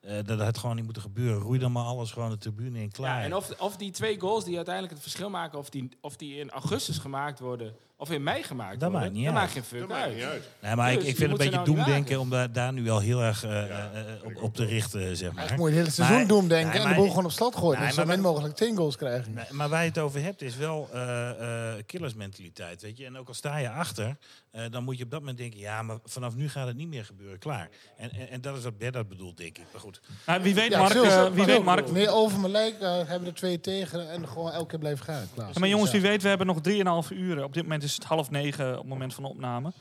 eh, dat had gewoon niet moeten gebeuren. Roei dan maar alles gewoon de tribune in klaar. Ja, en of, of die twee goals die uiteindelijk het verschil maken, of die, of die in augustus gemaakt worden, of in mei gemaakt Dat worden, maakt niet dat uit. maakt geen fuck Dat uit. maakt niet uit. Nee, maar ik, Dus ik je vind moet het ze een beetje nou niet doemdenken om daar, daar nu al heel erg eh, eh, eh, op, op te richten, zeg maar. Echt moet je het hele seizoen Maar- doemdenken Nee, en de maar- boel gewoon op slot gooien. Nee, dat ze zo maar- min mogelijk 10 goals krijgen. Nee, maar waar je het over hebt is wel eh, eh, killersmentaliteit, weet je. En ook al sta je achter, eh, dan moet je op dat moment denken... ja, maar vanaf nu gaat het niet meer gebeuren, klaar. En, en, en dat is wat Bernard bedoelt, denk ik. Maar goed. Nou, wie weet, Ja, Mark, zullen ze- eh, maar wie zullen weet, Mark. ze- Meer over mijn lijk eh, hebben er twee tegen en gewoon elke keer blijven gaan. Klaar. Ja, maar jongens, wie weet, we hebben nog 3,5 uur. Op dit moment is het half negen op het moment van de opname.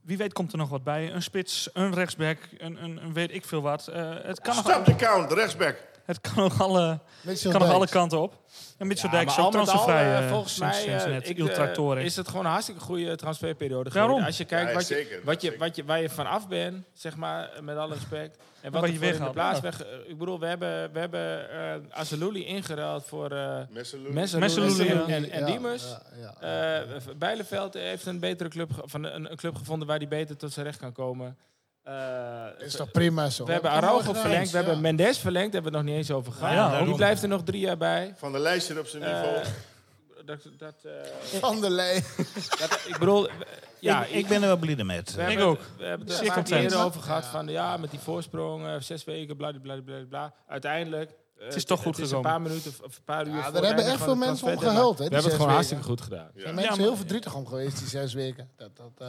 Wie weet komt er nog wat bij. Een spits, een rechtsback, een, een, een weet ik veel wat. Eh, het, kan nog, Stop de count, rechtsback. het kan nog alle, Mitchell kan nog alle Dijks. kanten op. En Mitchell Ja, Dijk is maar ook al met al, transfervrij. eh, eh, volgens sinds, mij sinds eh, net ik, Il eh, Trattore. is het gewoon een hartstikke goede eh, transferperiode. Daarom. geworden. Als je kijkt Ja, wat, je, zeker, wat, je, wat, je, waar je van af bent, zeg maar, eh, met alle respect. En wat wat er je voor in de weghaalt, plaats ja. weg... eh, Ik bedoel, we hebben, we hebben eh Azeluli ingeruild voor eh Messeloen. Messelouli en, Messelouli, en, en ja, Diemers. ja, ja. Eh, v- Bijleveld heeft een betere club, ge- van een, een club gevonden waar hij beter tot zijn recht kan komen. Eh, Is toch prima zo? we hebben Kan mooi Araujo gedaan. verlengd, we Ja. hebben Mendes verlengd, daar hebben we het nog niet eens over gehad. Ja, daarom. die blijft er nog drie jaar bij. Van de lijstje op zijn niveau. Eh, dat, dat, eh, Van der Leyen. dat- ik bedoel, eh, ja, ik, ik ben er wel blij mee. we hebben Ik ook. het- We hebben het Zeer er vaak content. eerder over gehad van ja, met die voorsprong, eh, zes weken, bla bla bla bla. bla. Uiteindelijk. eh, Het is toch goed het is gekomen. Een paar minuten of- of een paar uur. daar voor het hebben echt einde van veel het mensen om transfer deadline. gehuld, hè, We die hebben het zes gewoon hartstikke weken. goed gedaan. Daar zijn mensen maar- heel verdrietig om geweest die zes weken. Dat, dat, eh,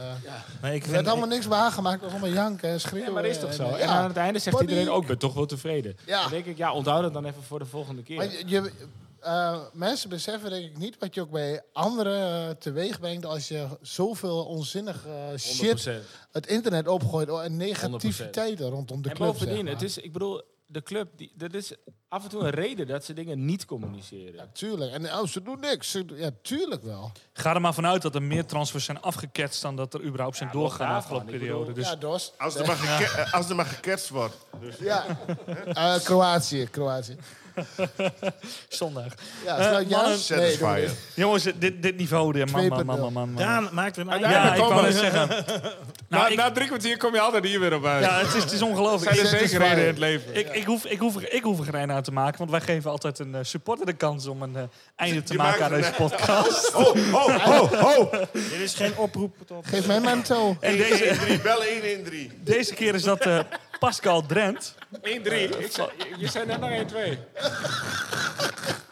Maar ik Er werd vind, allemaal niks waargemaakt, was allemaal janken en schreeuwen. Ja, maar dat is toch en, zo? eh, En ja. aan het einde zegt Body. iedereen ook, ik ben toch wel tevreden. Ja. Dan denk ik, ja, onthoud het dan even voor de volgende keer. Maar je, je- eh, mensen beseffen denk ik niet wat je ook bij anderen eh, teweeg brengt als je zoveel onzinnig eh, 100%. shit het internet opgooit oh, en negativiteiten rondom de en club. bovendien, zeg maar. het is, ik bedoel, de club, die, dat is af en toe een reden dat ze dingen niet communiceren. Tuurlijk. En oh, ze doen niks. Ze doen- ja, tuurlijk wel. Ga er maar vanuit dat er meer transfers zijn afgeketst dan dat er überhaupt zijn Ja, los doorgegaan de daarvan, afgelopen ik bedoel, periode. Dus ja, Dos. Als er, maar geke- eh, als er maar gekerst wordt. Ja. Eh, Kroatië, Kroatië. zondag. Ja, sluit Eh, je mannen, aan? Set Nee, is doe maar fire. niet. Jongens, dit, dit niveau, de man, man, man, man, man. man. Daan maakt er een einde Ja, aan. ik wou net zeggen. Nou, ik- drie kwartier kom je altijd hier weer op uit. ja, het is, het is ongelooflijk. Zijn er Ik- zeker reden in het leven. Ik, ik, hoef, ik, hoef, er- ik hoef er geen aan te maken, want wij geven altijd een eh, supporter de kans om een eh, einde te Je maken aan maakt deze podcast. Oh, oh, oh, oh. Dit is geen oproep tot... Geef mij mijn toe. En deze, 3, bellen 1 in 3. deze keer is dat eh, Pascal Drent. Eh, 1-3. Ik zei- je- Je zei net nog 1-2. Pascal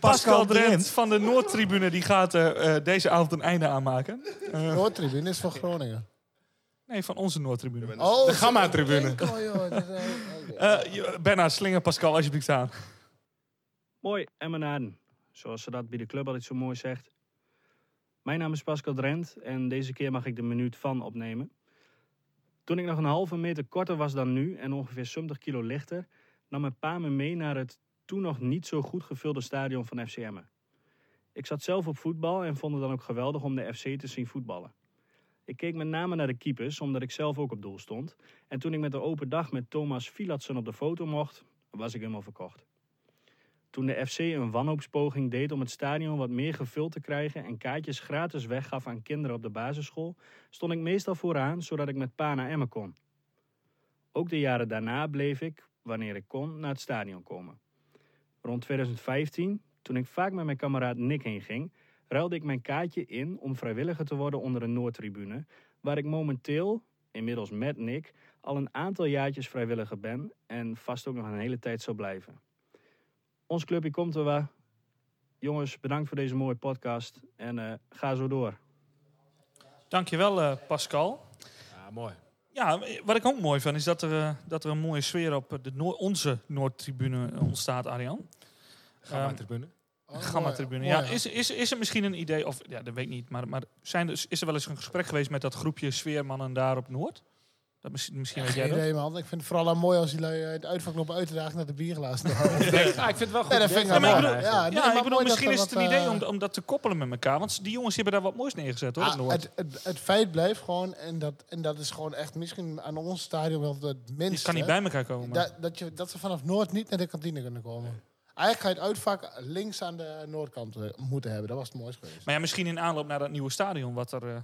Pascal Drent. Drent van de Noordtribune die gaat eh, eh, deze avond een einde aanmaken. Noordtribune Oh, is van Groningen. Nee, van onze Noordtribune. Oh, de Gamma-tribune. oh, Eh, je- Bernard, slinger Pascal alsjeblieft aan. Mooi en bananen, zoals ze dat bij de club altijd zo mooi zegt. Mijn naam is Pascal Drent en deze keer mag ik de minuut van opnemen. Toen ik nog een halve meter korter was dan nu en ongeveer 70 kilo lichter, nam mijn pa me mee naar het toen nog niet zo goed gevulde stadion van FC Emmen. Ik zat zelf op voetbal en vond het dan ook geweldig om de FC te zien voetballen. Ik keek met name naar de keepers, omdat ik zelf ook op doel stond. En toen ik met de open dag met Thomas Filatsen op de foto mocht, was ik helemaal verkocht. Toen de FC een wanhoopspoging deed om het stadion wat meer gevuld te krijgen en kaartjes gratis weggaf aan kinderen op de basisschool, stond ik meestal vooraan zodat ik met pa naar Emmen kon. Ook de jaren daarna bleef ik, wanneer ik kon, naar het stadion komen. Rond 2015, toen ik vaak met mijn kameraad Nick heen ging, ruilde ik mijn kaartje in om vrijwilliger te worden onder de Noordtribune, waar ik momenteel, inmiddels met Nick, al een aantal jaartjes vrijwilliger ben en vast ook nog een hele tijd zal blijven. Ons clubje komt er wel. Jongens, bedankt voor deze mooie podcast. En eh, ga zo door. Dankjewel eh, Pascal. Ja, mooi. Ja, wat ik ook mooi vind is dat er, eh, dat er een mooie sfeer op eh, de Noor- onze Noordtribune ontstaat, Arjan. Ehm, Gamma-tribune. Oh, Gamma-tribune. Ja, is, is, is er misschien een idee, of ja, dat weet ik niet, maar, maar zijn er, is er wel eens een gesprek geweest met dat groepje sfeermannen daar op Noord? Dat misschien misschien Ja, weet jij geen dat. idee, man. Ik vind het vooral al mooi als jullie het uitverkoop uitdragen naar de bierglaas. te houden. Nee, dat vind ik Ja, wel maar ik mooi. bedoel, Ja, ja, nee, ik maar bedoel mooi misschien dat is er het een wat, idee eh, om, om dat te koppelen met elkaar. Want die jongens hebben daar wat moois neergezet, hoor. Ah, het, het, het feit blijft gewoon, en dat, en dat is gewoon echt misschien aan ons stadion wel het minste. Je kan niet bij elkaar komen. Dat, dat, je, dat ze vanaf Noord niet naar de kantine kunnen komen. Eigenlijk ga je het uitvak links aan de noordkant eh, moeten hebben. Dat was het mooiste geweest. Maar ja, misschien in aanloop naar dat nieuwe stadion, wat er eh,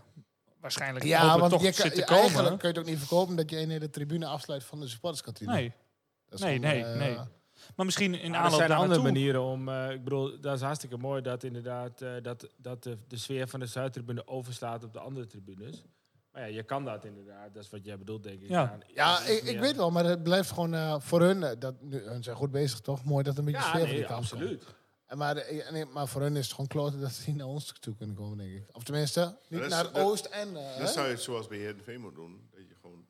waarschijnlijk Ja, hopelijk want toch je kan, zit te je- komen. eigenlijk kun je het ook niet verkopen dat je een hele tribune afsluit van de supporterskantine. Nee. Dat is Nee, dan, nee, eh, nee. Maar misschien in Ah, Maar aanloop er zijn andere daarnaartoe. manieren om. eh, ik bedoel, dat is hartstikke mooi dat inderdaad eh, dat, dat de, de sfeer van de Zuidtribune overslaat op de andere tribunes. Maar ja, je kan dat inderdaad. Dat is wat jij bedoelt, denk ik. Ja, aan- ja aan- ik, ik meer- weet wel, maar het blijft gewoon eh, voor hun. eh, dat, nu, hun zijn goed bezig, toch? Mooi dat er een beetje Ja, sfeer van nee, die kant komt. absoluut. En maar, eh, nee, maar voor hun is het gewoon kloten dat ze niet naar ons toe kunnen komen, denk ik. Of tenminste, niet Dat is- naar dat- Oost en... eh, Dan hè? zou je het zoals bij Heerenveen moeten doen. Dat je gewoon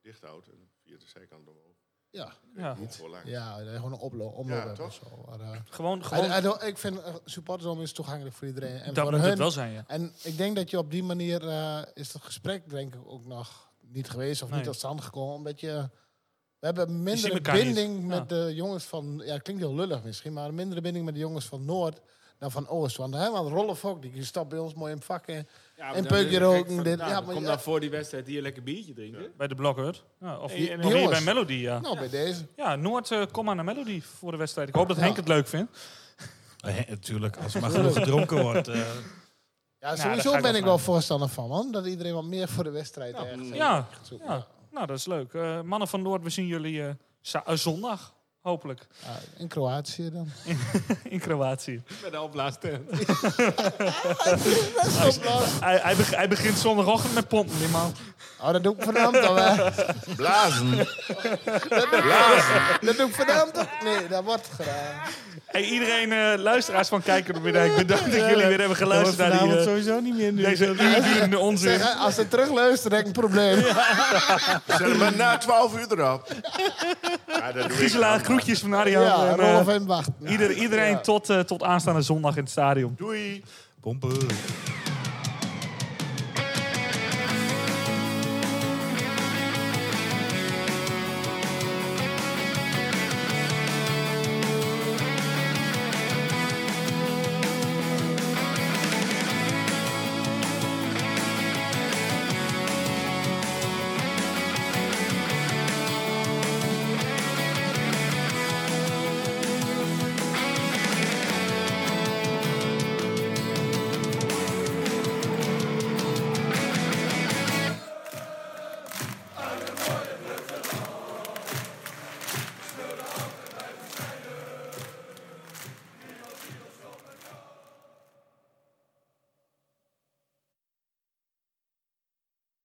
dicht houdt en via de zijkant omhoog. Ja. Ja. Niet voor lang. Ja, dat je gewoon een oplo- omloop Ja, hebben toch? of zo. Maar, eh, Gewoon- I- gewoon- I don't- ik vind eh, supporterdom is toegankelijk voor iedereen. En Dat voor moet het hun- wel zijn, ja. En ik denk dat je op die manier eh, is het gesprek denk ik ook nog niet geweest of Nee. niet tot stand gekomen. Omdat je... We hebben ziet minder elkaar niet. binding Ja. met de jongens van... Ja, klinkt heel lullig misschien, maar minder binding met de jongens van Noord dan van Oost. Want helemaal Rolf ook, die stapt bij ons mooi in vakken. Ja, en maar dan peukje is het gek roken. van, dit. nou, ja, dan maar kom ja, dan voor die wedstrijd hier lekker biertje drinken. Bij de Blokhut. Ja, of Hey, hier, en- of hier jongens. bij Melody, ja. Nou, bij deze. Ja, Noord, eh, kom maar naar Melody voor de wedstrijd. Ik hoop dat Henk het leuk vindt. Natuurlijk, als er maar genoeg gedronken wordt. eh. Ja, Nou, sowieso ben ik wel voorstander van, man. Dat iedereen wat meer voor de wedstrijd ergens Ja, heeft gezocht. ja, nou dat is leuk. Eh, mannen van Noord, we zien jullie eh, za- eh, zondag, hopelijk. in Kroatië dan. in Kroatië. Met de opblaastent. hij, hij, hij beg- hij begint zondagochtend met pompen, die man. Oh, dat doe ik verdampt dan, hè. Blazen. Dat doe, ik- dat doe ik verdampt ook. Nee, dat wordt gedaan. Hey, iedereen, eh, luisteraars van Kijker op de Dijk, bedankt dat jullie weer hebben geluisterd naar die... eh, niet meer deze uurdurende onzin. Zeg, als ze terugluisteren, heb ik een probleem. Zet hem maar na 12 uur erop. Ja, dat doe ik Gisela, dan, man. groetjes van Arjan. Ja, eh, Rolf en Wacht. ieder- iedereen tot, eh, tot aanstaande zondag in het stadion. Doei. Pompen.